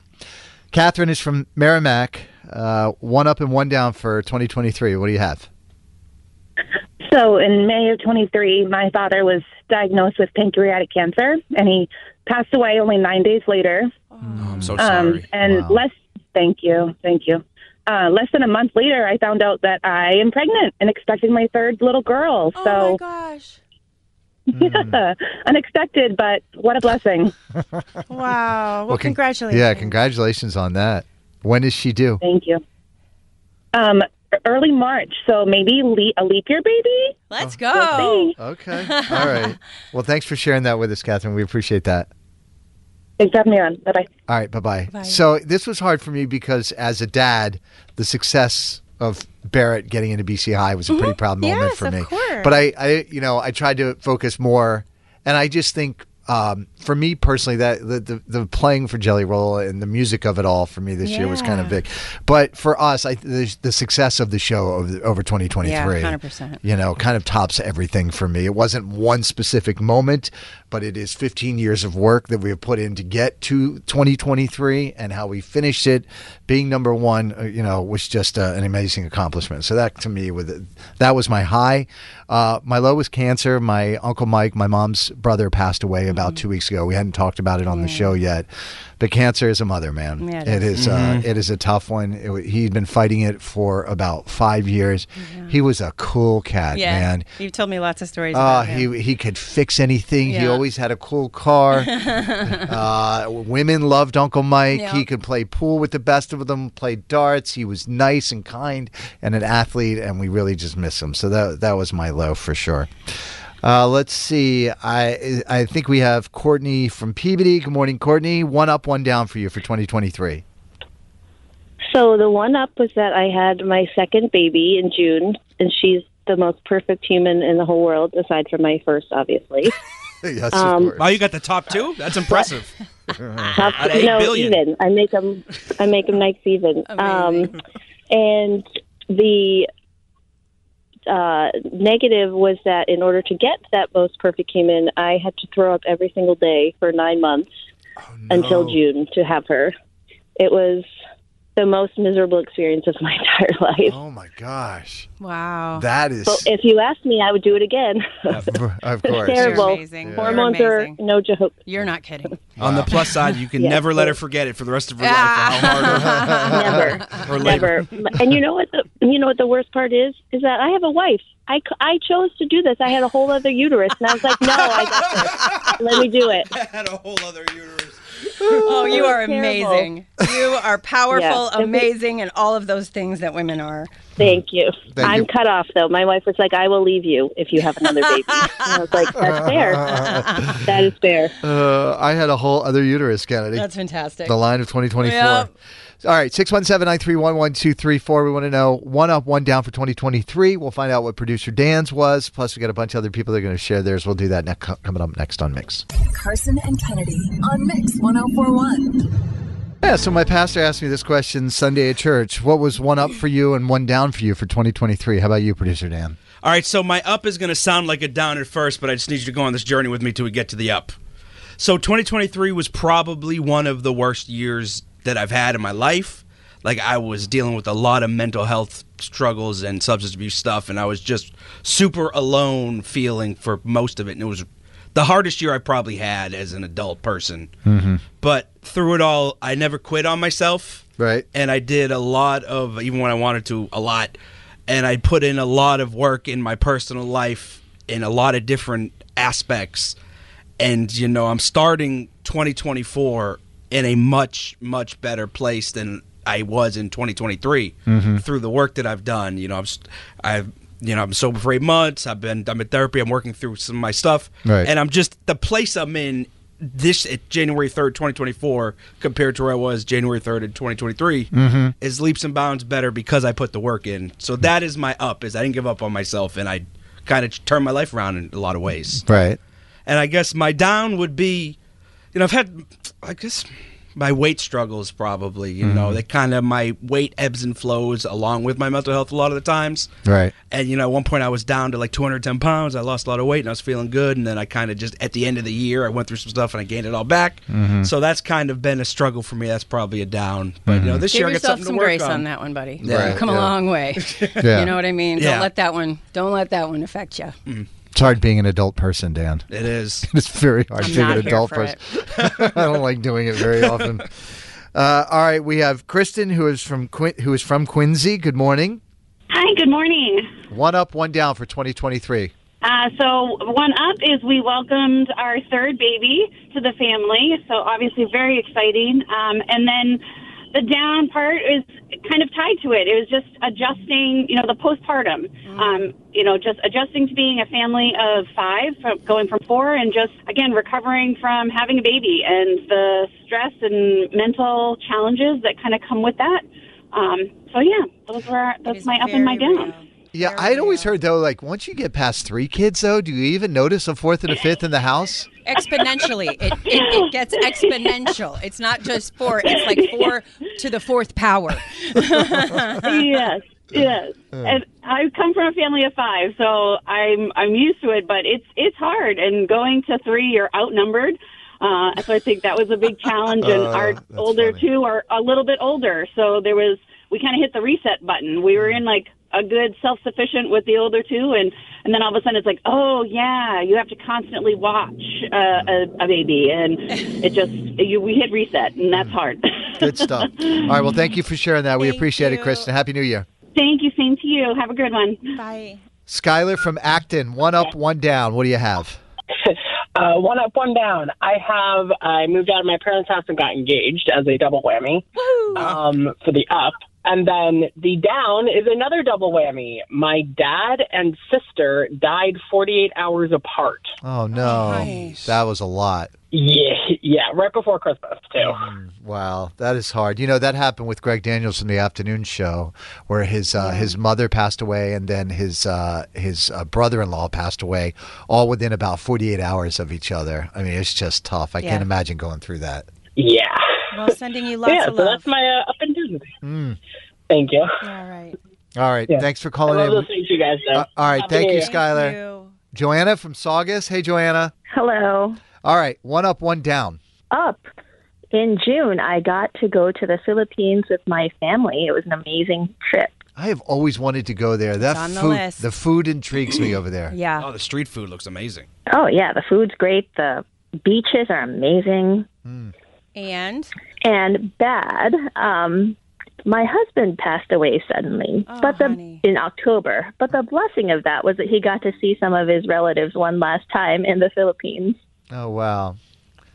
[SPEAKER 13] Catherine is from Merrimack. Uh, one up and one down for 2023. What do you have?
[SPEAKER 3] So in May of 23, my father was diagnosed with pancreatic cancer, and he passed away only nine days later.
[SPEAKER 13] Mm.
[SPEAKER 7] Oh, I'm so
[SPEAKER 3] Um, and less, thank you, thank you. Uh, less than a month later, I found out that I am pregnant and expecting my third little girl. So, oh my
[SPEAKER 14] gosh.
[SPEAKER 3] Yeah, unexpected, but what a blessing.
[SPEAKER 14] wow. Well,
[SPEAKER 13] con-
[SPEAKER 14] congratulations.
[SPEAKER 13] Yeah, congratulations on that. When is she due?
[SPEAKER 3] Thank you. Um, early March, so maybe le- a leap year baby.
[SPEAKER 14] Let's
[SPEAKER 3] go.
[SPEAKER 13] okay. All right. Well, thanks for sharing that with us, Catherine. We appreciate that.
[SPEAKER 3] Thanks for having me on. Bye bye.
[SPEAKER 13] All right, bye bye. So this was hard for me because as a dad, the success of Barrett getting into BC High was a pretty proud moment
[SPEAKER 22] Mm-hmm. Yes,
[SPEAKER 13] for
[SPEAKER 22] of
[SPEAKER 13] me.
[SPEAKER 22] course.
[SPEAKER 13] But I, I, you know, I tried to focus more, and I just think. Um, for me personally, that the, the the playing for Jelly Roll and the music of it all for me this year was kind of
[SPEAKER 22] Yeah.
[SPEAKER 13] big, but for us, I the, the success of the show over, over twenty twenty three,
[SPEAKER 22] 100%.
[SPEAKER 13] you know, kind of tops everything for me. It wasn't one specific moment, but it is 15 years of work that we have put in to get to 2023 and how we finished it. Being number one, uh, you know, was just uh, an amazing accomplishment. So that to me, with that was my high. Uh, my low was cancer. My uncle Mike, my mom's brother, passed away
[SPEAKER 22] Mm-hmm.
[SPEAKER 13] about two weeks ago. We hadn't talked about it on the show yet, but cancer is a mother, man.
[SPEAKER 22] Yeah, it
[SPEAKER 13] it
[SPEAKER 22] is.
[SPEAKER 13] is. Uh,
[SPEAKER 22] Mhm.
[SPEAKER 13] it is a tough one. It, wa- he'd been fighting it for about five years. He was a cool cat,
[SPEAKER 14] yeah.
[SPEAKER 13] man.
[SPEAKER 14] You've told me lots of stories.
[SPEAKER 13] Oh,
[SPEAKER 14] about
[SPEAKER 13] he he could fix anything. He
[SPEAKER 14] Yeah.
[SPEAKER 13] always had a cool car. uh, women loved Uncle Mike.
[SPEAKER 22] Yeah.
[SPEAKER 13] He could play pool with the best of them. Play darts. He was nice and kind and an athlete. And we really just miss him. So that that was my low for sure. Uh, let's see. I I think we have Courtney from Peabody. Good morning, Courtney. One up, one down for you for 2023.
[SPEAKER 23] So the one up was that I had my second baby in June, and she's the most perfect human in the whole world, aside from my first, obviously.
[SPEAKER 13] yes,
[SPEAKER 23] Um,
[SPEAKER 7] wow, you got the top two? That's impressive.
[SPEAKER 23] Top,
[SPEAKER 7] Out of eight
[SPEAKER 23] no,
[SPEAKER 7] billion.
[SPEAKER 23] even I make them. I make them nice even. Um, and the uh, negative was that in order to get that most perfect human, I had to throw up every single day for nine months
[SPEAKER 13] Oh,
[SPEAKER 23] until June to have her. It was the most miserable experience of my entire life.
[SPEAKER 13] Oh my gosh!
[SPEAKER 14] Wow.
[SPEAKER 13] That is
[SPEAKER 23] So if you asked me, I would do it again.
[SPEAKER 13] of
[SPEAKER 23] It's
[SPEAKER 13] course
[SPEAKER 23] terrible.
[SPEAKER 14] You're amazing. Yeah.
[SPEAKER 23] Hormones
[SPEAKER 14] You're
[SPEAKER 23] are no joke.
[SPEAKER 14] You're not kidding.
[SPEAKER 7] On the plus side, you can
[SPEAKER 23] Yes. Ah.
[SPEAKER 7] never let her forget it for the rest of her life. or How hard her,
[SPEAKER 23] never,
[SPEAKER 7] her labor.
[SPEAKER 23] never. And you know what? The, you know what the worst part is? Is that I have a wife. I, c- I chose to do this. I had a whole other uterus, and I was like, no, I got this. let me do it.
[SPEAKER 7] had a whole other uterus.
[SPEAKER 14] oh, you are
[SPEAKER 23] Terrible.
[SPEAKER 14] amazing. You are powerful,
[SPEAKER 23] Yeah.
[SPEAKER 14] amazing, and all of those things that women are.
[SPEAKER 23] Thank you.
[SPEAKER 14] Thank
[SPEAKER 23] I'm
[SPEAKER 14] you.
[SPEAKER 23] cut off though. My wife was like, I will leave you if you have another baby. and I was like, that's fair. that is fair.
[SPEAKER 13] Uh, I had a whole other uterus, Kennedy.
[SPEAKER 23] That's fantastic.
[SPEAKER 13] The line of 2024.
[SPEAKER 23] Yep.
[SPEAKER 13] All right, 617 931 1234. We want to know one up, one down for 2023. We'll find out what producer Dan's was. Plus, we got a bunch of other people that are going to share theirs. We'll do that next, coming up next on Mix.
[SPEAKER 10] Carson and Kennedy on Mix 1041.
[SPEAKER 13] Yeah, so my pastor asked me this question Sunday at church. What was one up for you and one down for you for 2023? How about you, producer Dan?
[SPEAKER 7] All right, so my up is going to sound like a down at first, but I just need you to go on this journey with me till we get to the up. So 2023 was probably one of the worst years that I've had in my life. Like I was dealing with a lot of mental health struggles and substance abuse stuff and I was just super alone feeling for most of it and it was the hardest year I probably had as an adult person.
[SPEAKER 9] Mm-hmm.
[SPEAKER 7] But through it all, I never quit on myself.
[SPEAKER 13] Right.
[SPEAKER 7] And I did a lot of, even when I wanted to, a lot. And I put in a lot of work in my personal life in a lot of different aspects. And, you know, I'm starting 2024 in a much, much better place than I was in 2023
[SPEAKER 22] Mhm.
[SPEAKER 7] through the work that I've done. You know, I've, st- I've, you know, I'm sober for eight months. I've been, I'm in therapy. I'm working through some of my stuff.
[SPEAKER 22] Right.
[SPEAKER 7] And I'm just the place I'm in this at January 3rd, 2024, compared to where I was January 3rd in 2023,
[SPEAKER 22] Mhm.
[SPEAKER 7] is leaps and bounds better because I put the work in. So that is my up is I didn't give up on myself and I kind of turned my life around in a lot of ways.
[SPEAKER 13] Right.
[SPEAKER 7] And I guess my down would be you know, I've had, I guess, my weight struggles probably, you know,
[SPEAKER 13] Mhm.
[SPEAKER 7] they kind of, my weight ebbs and flows along with my mental health a lot of the times.
[SPEAKER 13] Right.
[SPEAKER 7] And, you know, at one point I was down to like 210 pounds. I lost a lot of weight and I was feeling good. And then I kind of just, at the end of the year, I went through some stuff and I gained it all back.
[SPEAKER 13] Mhm.
[SPEAKER 7] So that's kind of been a struggle for me. That's probably a down. But, you know, this
[SPEAKER 14] Give
[SPEAKER 7] year I got
[SPEAKER 14] yourself
[SPEAKER 7] something
[SPEAKER 14] some
[SPEAKER 7] to work
[SPEAKER 14] grace
[SPEAKER 7] on.
[SPEAKER 14] on. that one, buddy.
[SPEAKER 7] Yeah. Right,
[SPEAKER 14] You've come a
[SPEAKER 7] yeah.
[SPEAKER 14] long way.
[SPEAKER 13] Yeah.
[SPEAKER 14] You know what I mean?
[SPEAKER 13] Yeah.
[SPEAKER 14] Don't let that one. Don't let that one affect you.
[SPEAKER 13] It's hard being an adult person, Dan.
[SPEAKER 7] It is.
[SPEAKER 13] it's very hard
[SPEAKER 14] I'm
[SPEAKER 13] being
[SPEAKER 14] not
[SPEAKER 13] an
[SPEAKER 14] here
[SPEAKER 13] adult
[SPEAKER 14] for
[SPEAKER 13] person. I don't like doing it very often. Uh, all right, we have Kristen who is from Quin- who is from Quincy. Good morning.
[SPEAKER 4] Hi, good morning.
[SPEAKER 13] One up, one down for 2023.
[SPEAKER 4] Uh, so one up is we welcomed our third baby to the family. So obviously very exciting. Um, and then the down part is kind of tied to it. It was just adjusting, you know, the postpartum. Um, you know, just adjusting to being a family of five, from going from four, and just again recovering from having a baby and the stress and mental challenges that kind of come with that. Um, so yeah, those were that's my up and my down.
[SPEAKER 13] Yeah, I had always heard though, like once you get past three kids, though, do you even notice a fourth and a fifth in the house?
[SPEAKER 14] Exponentially, it, it, it gets exponential. It's not just four. It's like four to the fourth power.
[SPEAKER 4] yes, yes. And I come from a family of five, so I'm I'm used to it. But it's it's hard, and going to three, you're outnumbered. Uh, so I think that was a big challenge. And
[SPEAKER 6] Uh,
[SPEAKER 4] our
[SPEAKER 6] that's
[SPEAKER 4] older two are a little bit older, so there was we kind of hit the reset button. We were in like a good self sufficient with the older two, and and then all of a sudden it's like, oh yeah, you have to constantly watch uh, a, a baby, and it just you, we hit reset, and that's hard.
[SPEAKER 13] Good stuff. All right, well, thank you for sharing that. We appreciate it, Kristen. Happy New Year.
[SPEAKER 4] Thank you. Same to you. Have a good one.
[SPEAKER 14] Bye.
[SPEAKER 13] Skylar from Acton, one up, one down. What do you have?
[SPEAKER 22] Uh, one up, one down. I have. I moved out of my parents' house and got engaged as a double whammy um, for the up, and then the down is another double whammy. My dad and sister died 48 hours apart.
[SPEAKER 13] Oh no, that was a lot.
[SPEAKER 22] Yeah, yeah, right before Christmas too.
[SPEAKER 13] Wow, that is hard. You know that happened with Greg Daniels from the afternoon show, where his uh, his mother passed away, and then his uh, his uh, brother in law passed away, all within about forty eight hours of each other. I mean, it's just tough. I
[SPEAKER 14] Yeah.
[SPEAKER 13] can't imagine going through that.
[SPEAKER 22] Yeah.
[SPEAKER 14] Well, sending you lots
[SPEAKER 22] yeah,
[SPEAKER 14] of
[SPEAKER 22] so
[SPEAKER 14] love.
[SPEAKER 22] that's my uh, up and down. Thank you.
[SPEAKER 14] All right.
[SPEAKER 13] Hmm. All right, thanks for calling
[SPEAKER 22] I love
[SPEAKER 13] in.
[SPEAKER 22] listening to you guys. Though.
[SPEAKER 13] Uh, all right,
[SPEAKER 22] Happy
[SPEAKER 13] thank
[SPEAKER 22] New
[SPEAKER 13] you,
[SPEAKER 22] Year.
[SPEAKER 13] Skylar. Joanna from Saugus. Hey, Joanna.
[SPEAKER 24] Hello.
[SPEAKER 13] All right, one up, one down.
[SPEAKER 24] Up. In June, I got to go to the Philippines with my family. It was an amazing trip.
[SPEAKER 13] I have always wanted to go there. That
[SPEAKER 24] on the
[SPEAKER 13] food,
[SPEAKER 24] list.
[SPEAKER 13] the food intrigues me over there.
[SPEAKER 14] Yeah.
[SPEAKER 7] Oh, the street food looks amazing.
[SPEAKER 24] Oh, yeah. The food's great. The beaches are amazing
[SPEAKER 14] And
[SPEAKER 24] and bad. Um, my husband passed away suddenly, but the in October. But the blessing of that was that he got to see some of his relatives one last time in the Philippines.
[SPEAKER 13] Oh wow.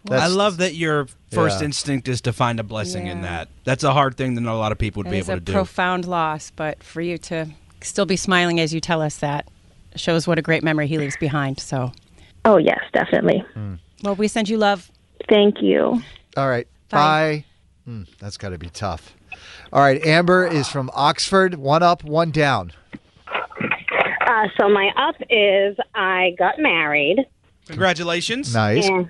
[SPEAKER 7] I
[SPEAKER 13] That's-
[SPEAKER 7] love that your first
[SPEAKER 13] Yeah.
[SPEAKER 7] instinct is to find a blessing in that. That's a hard thing that not a lot of people would
[SPEAKER 14] it
[SPEAKER 7] be
[SPEAKER 14] is
[SPEAKER 7] able
[SPEAKER 14] a
[SPEAKER 7] to do.
[SPEAKER 14] profound loss, but for you to still be smiling as you tell us that shows what a great memory he leaves behind. So,
[SPEAKER 24] Oh, yes, definitely.
[SPEAKER 14] Hmm.
[SPEAKER 7] Hmm.
[SPEAKER 14] well, we send you love.
[SPEAKER 24] Thank you.
[SPEAKER 13] All right. Bye. Mm, that's got to be tough. All right. Amber is from Oxford. One up, one down.
[SPEAKER 25] Uh, so my up is I got married.
[SPEAKER 7] Congratulations.
[SPEAKER 25] And-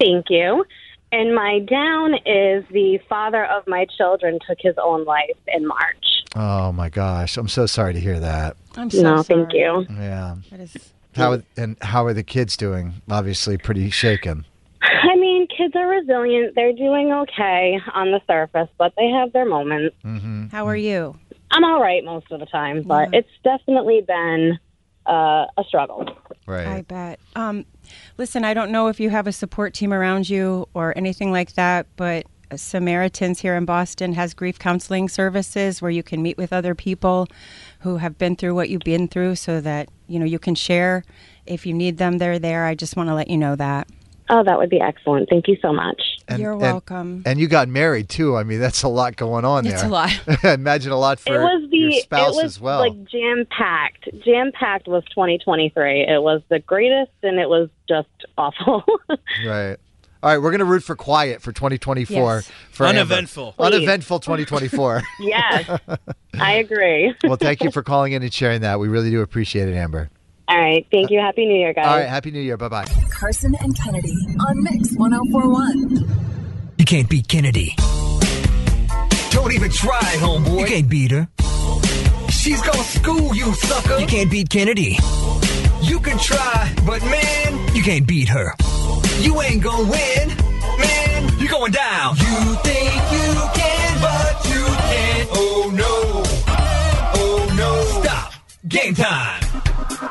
[SPEAKER 25] thank you. And my down is the father of my children took his own life in March.
[SPEAKER 13] Oh my gosh. I'm so sorry to hear that.
[SPEAKER 14] I'm
[SPEAKER 25] so No, thank sorry. you.
[SPEAKER 13] Yeah.
[SPEAKER 14] That is.
[SPEAKER 13] How and how are the kids doing? Obviously, pretty shaken.
[SPEAKER 25] I mean, kids are resilient. They're doing okay on the surface, but they have their moments.
[SPEAKER 13] Mm-hmm.
[SPEAKER 14] How are you?
[SPEAKER 25] I'm all right most of the time, but it's definitely been uh, a struggle.
[SPEAKER 13] Right.
[SPEAKER 14] I bet. Um, listen, I don't know if you have a support team around you or anything like that, but Samaritans here in Boston has grief counseling services where you can meet with other people who have been through what you've been through so that, you know, you can share if you need them, they're there. I just want to let you know that.
[SPEAKER 25] Oh, that would be excellent. Thank you so much.
[SPEAKER 14] You're
[SPEAKER 13] and-
[SPEAKER 14] welcome.
[SPEAKER 13] And you got married too. I mean, that's a lot going on there.
[SPEAKER 14] It's a lot.
[SPEAKER 13] Imagine a lot for
[SPEAKER 25] it was the
[SPEAKER 13] your spouse
[SPEAKER 25] it was
[SPEAKER 13] as well.
[SPEAKER 25] like jam packed. Jam packed was 2023. It was the greatest, and it was just awful.
[SPEAKER 13] Right. All right, we're going to root for quiet for 2024.
[SPEAKER 25] Yes.
[SPEAKER 13] For Amber.
[SPEAKER 7] Uneventful.
[SPEAKER 25] Please.
[SPEAKER 13] Uneventful 2024.
[SPEAKER 25] yes, I agree.
[SPEAKER 13] well, thank you for calling in and sharing that. We really do appreciate it, Amber.
[SPEAKER 25] All right, thank you. Happy New Year, guys.
[SPEAKER 13] All right, happy new year. Bye bye.
[SPEAKER 10] Carson and Kennedy on Mix 1041.
[SPEAKER 15] You can't beat Kennedy. Don't even try, homeboy. You can't beat her. She's gonna school you, sucker. You can't beat Kennedy. You can try, but man, you can't beat her. You ain't gonna win, man. You're going down. You think you can, but you can't. Oh no. Oh no. Stop. Game time.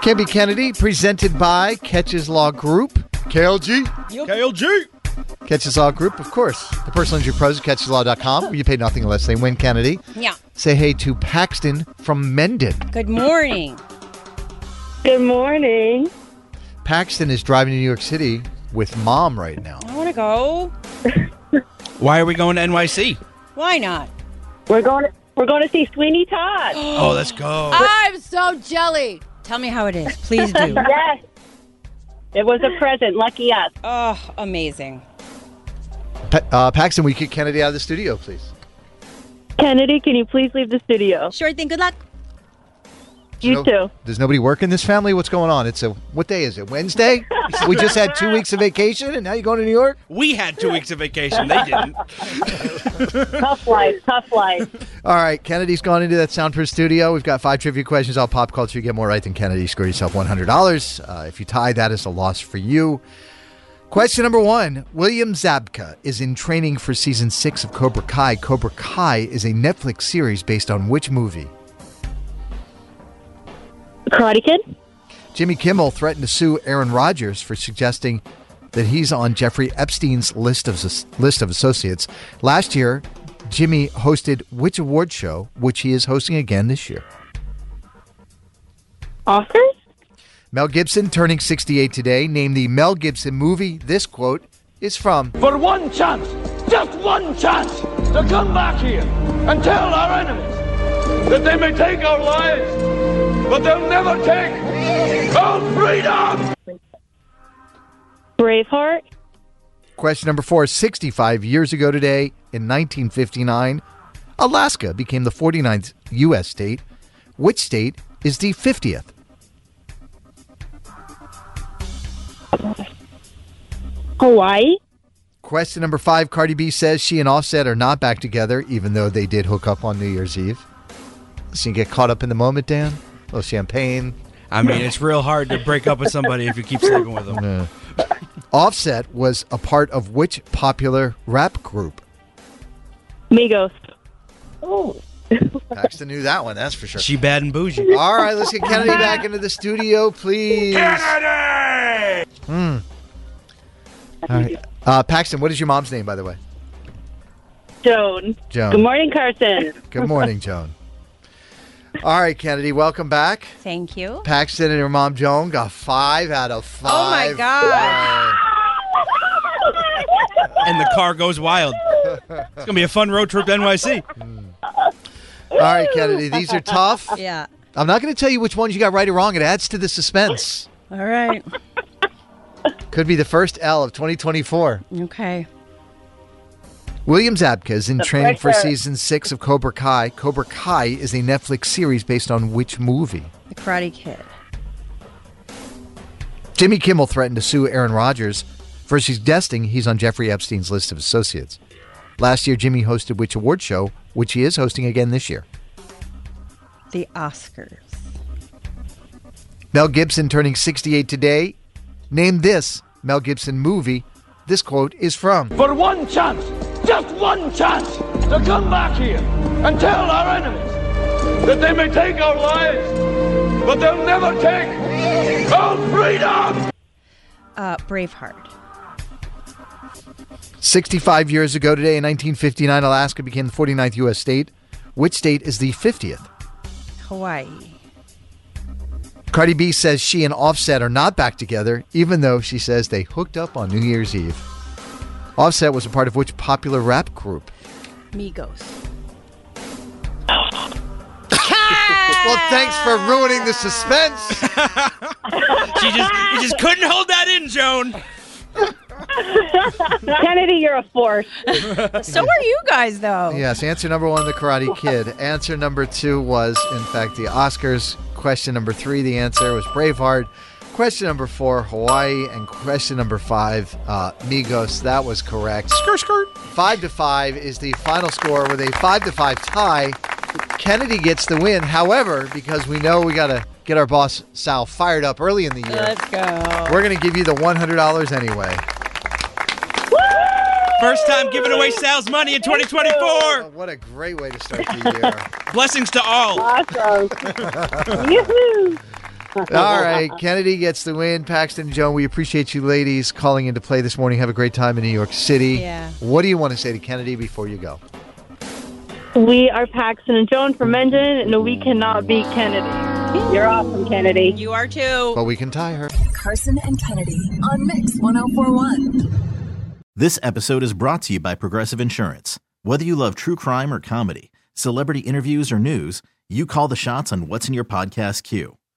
[SPEAKER 13] Can't be Kennedy, presented by Catches Law Group. KLG.
[SPEAKER 7] KLG.
[SPEAKER 13] Catches Law Group, of course. The personal injury pros at catcheslaw.com. You pay nothing unless they win, Kennedy.
[SPEAKER 14] Yeah.
[SPEAKER 13] Say hey to Paxton from Mendon.
[SPEAKER 14] Good morning.
[SPEAKER 24] Good morning.
[SPEAKER 13] Paxton is driving to New York City with mom right now.
[SPEAKER 14] I want to go.
[SPEAKER 7] Why are we going to NYC?
[SPEAKER 14] Why not?
[SPEAKER 24] We're going. We're going to see Sweeney Todd.
[SPEAKER 7] Oh, let's go.
[SPEAKER 14] I'm so jelly. Tell me how it is. Please do.
[SPEAKER 24] yes.
[SPEAKER 21] It was a present. Lucky us.
[SPEAKER 14] Oh, amazing.
[SPEAKER 13] Pa- uh, Paxton, will you kick Kennedy out of the studio, please?
[SPEAKER 24] Kennedy, can you please leave the studio?
[SPEAKER 14] Sure thing. Good luck.
[SPEAKER 24] You too.
[SPEAKER 13] Does nobody work in this family? What's going on? It's a what day is it? Wednesday. we just had two weeks of vacation, and now you're going to New York.
[SPEAKER 7] We had two weeks of vacation. They didn't.
[SPEAKER 21] tough life, tough life.
[SPEAKER 13] All right, Kennedy's gone into that soundproof studio. We've got five trivia questions all pop culture. You get more right than Kennedy, score yourself one hundred dollars. Uh, if you tie, that is a loss for you. Question number one: William Zabka is in training for season six of Cobra Kai. Cobra Kai is a Netflix series based on which movie?
[SPEAKER 24] Karate Kid.
[SPEAKER 13] Jimmy Kimmel threatened to sue Aaron Rodgers for suggesting that he's on Jeffrey Epstein's list of list of associates. Last year, Jimmy hosted which award show, which he is hosting again this year.
[SPEAKER 24] Oscars.
[SPEAKER 13] Mel Gibson turning 68 today. Named the Mel Gibson movie. This quote is from
[SPEAKER 9] For one chance, just one chance, to come back here and tell our enemies that they may take our lives, but they'll never take our freedom!
[SPEAKER 24] Braveheart.
[SPEAKER 13] question number four. 65 years ago today, in 1959, Alaska became the 49th U.S. state. Which state is the 50th?
[SPEAKER 24] Hawaii.
[SPEAKER 13] Question number five. Cardi B says she and Offset are not back together, even though they did hook up on New Year's Eve. So you get caught up in the moment, Dan. A little champagne.
[SPEAKER 7] I mean, it's real hard to break up with somebody if you keep sleeping with them.
[SPEAKER 13] Offset was a part of which popular rap group?
[SPEAKER 24] Migos. Oh.
[SPEAKER 13] Paxton knew that one, that's for sure.
[SPEAKER 7] She bad and bougie.
[SPEAKER 13] All right, let's get Kennedy back into the studio, please.
[SPEAKER 9] Kennedy!
[SPEAKER 13] Hmm. All right. Uh, Paxton, what is your mom's name, by the way?
[SPEAKER 24] Joan.
[SPEAKER 13] Joan.
[SPEAKER 24] Good morning, Carson.
[SPEAKER 13] Good morning, Joan. All right, Kennedy, welcome back.
[SPEAKER 14] Thank you.
[SPEAKER 13] Paxton and her mom, Joan, got five out of
[SPEAKER 14] Oh
[SPEAKER 13] five.
[SPEAKER 14] my God.
[SPEAKER 7] And the car goes wild. It's going to be a fun road trip to NYC.
[SPEAKER 13] Hmm. All right, Kennedy, these are tough.
[SPEAKER 14] Yeah.
[SPEAKER 13] I'm not going to tell you which ones you got right or wrong. It adds to the suspense.
[SPEAKER 14] All right.
[SPEAKER 13] Could be the first L of 2024.
[SPEAKER 14] Okay.
[SPEAKER 13] William Zabka is in
[SPEAKER 14] The
[SPEAKER 13] training for
[SPEAKER 14] pressure.
[SPEAKER 13] season six of Cobra Kai. Cobra Kai is a Netflix series based on which movie?
[SPEAKER 14] The Karate Kid.
[SPEAKER 13] Jimmy Kimmel threatened to sue Aaron Rodgers for suggesting he's on Jeffrey Epstein's list of associates. Last year, Jimmy hosted which award show, which he is hosting again this year.
[SPEAKER 14] The Oscars.
[SPEAKER 13] Mel Gibson turning 68 today. Name this Mel Gibson movie. This quote is from.
[SPEAKER 9] For one chance, just one chance, to come back here and tell our enemies that they may take our lives, but they'll never take our freedom!
[SPEAKER 14] Uh, Braveheart.
[SPEAKER 13] 65 years ago today in 1959, Alaska became the 49th U.S. state. Which state is the 50th?
[SPEAKER 14] Hawaii.
[SPEAKER 13] Cardi B says she and Offset are not back together, even though she says they hooked up on New Year's Eve. Offset was a part of which popular rap group?
[SPEAKER 14] Migos.
[SPEAKER 13] well, thanks for ruining the suspense.
[SPEAKER 7] She just, you just couldn't hold that in, Joan.
[SPEAKER 21] Kennedy, you're a force.
[SPEAKER 14] so are you guys, though.
[SPEAKER 13] Yes, answer number one, The Karate Kid. Answer number two was, in fact, the Oscars. Question number three, the answer was Braveheart. Question number four, Hawaii, and question number five, uh, Migos. That was correct. Skirt, skirt. Five to five is the final score with a five to five tie. Kennedy gets the win. However, because we know we got to get our boss Sal fired up early in the year,
[SPEAKER 14] Let's go.
[SPEAKER 13] we're going to give you the one hundred dollars anyway.
[SPEAKER 7] First time giving away Sal's money in 2024.
[SPEAKER 13] Oh, what a great way to start the year.
[SPEAKER 7] Blessings to all.
[SPEAKER 13] Awesome.
[SPEAKER 9] Yoo-hoo.
[SPEAKER 13] All right, Kennedy gets the win. Paxton and Joan, we appreciate you ladies calling in to play this morning. Have a great time in New York City.
[SPEAKER 23] Yeah.
[SPEAKER 13] What do you want to say to Kennedy before you go?
[SPEAKER 23] We are Paxton and Joan from Mendon, and we cannot beat Kennedy. You're awesome, Kennedy.
[SPEAKER 14] You are too.
[SPEAKER 13] But we can tie her.
[SPEAKER 10] Carson and Kennedy on Mix 1041.
[SPEAKER 19] This episode is brought to you by Progressive Insurance. Whether you love true crime or comedy, celebrity interviews or news, you call the shots on what's in your podcast queue.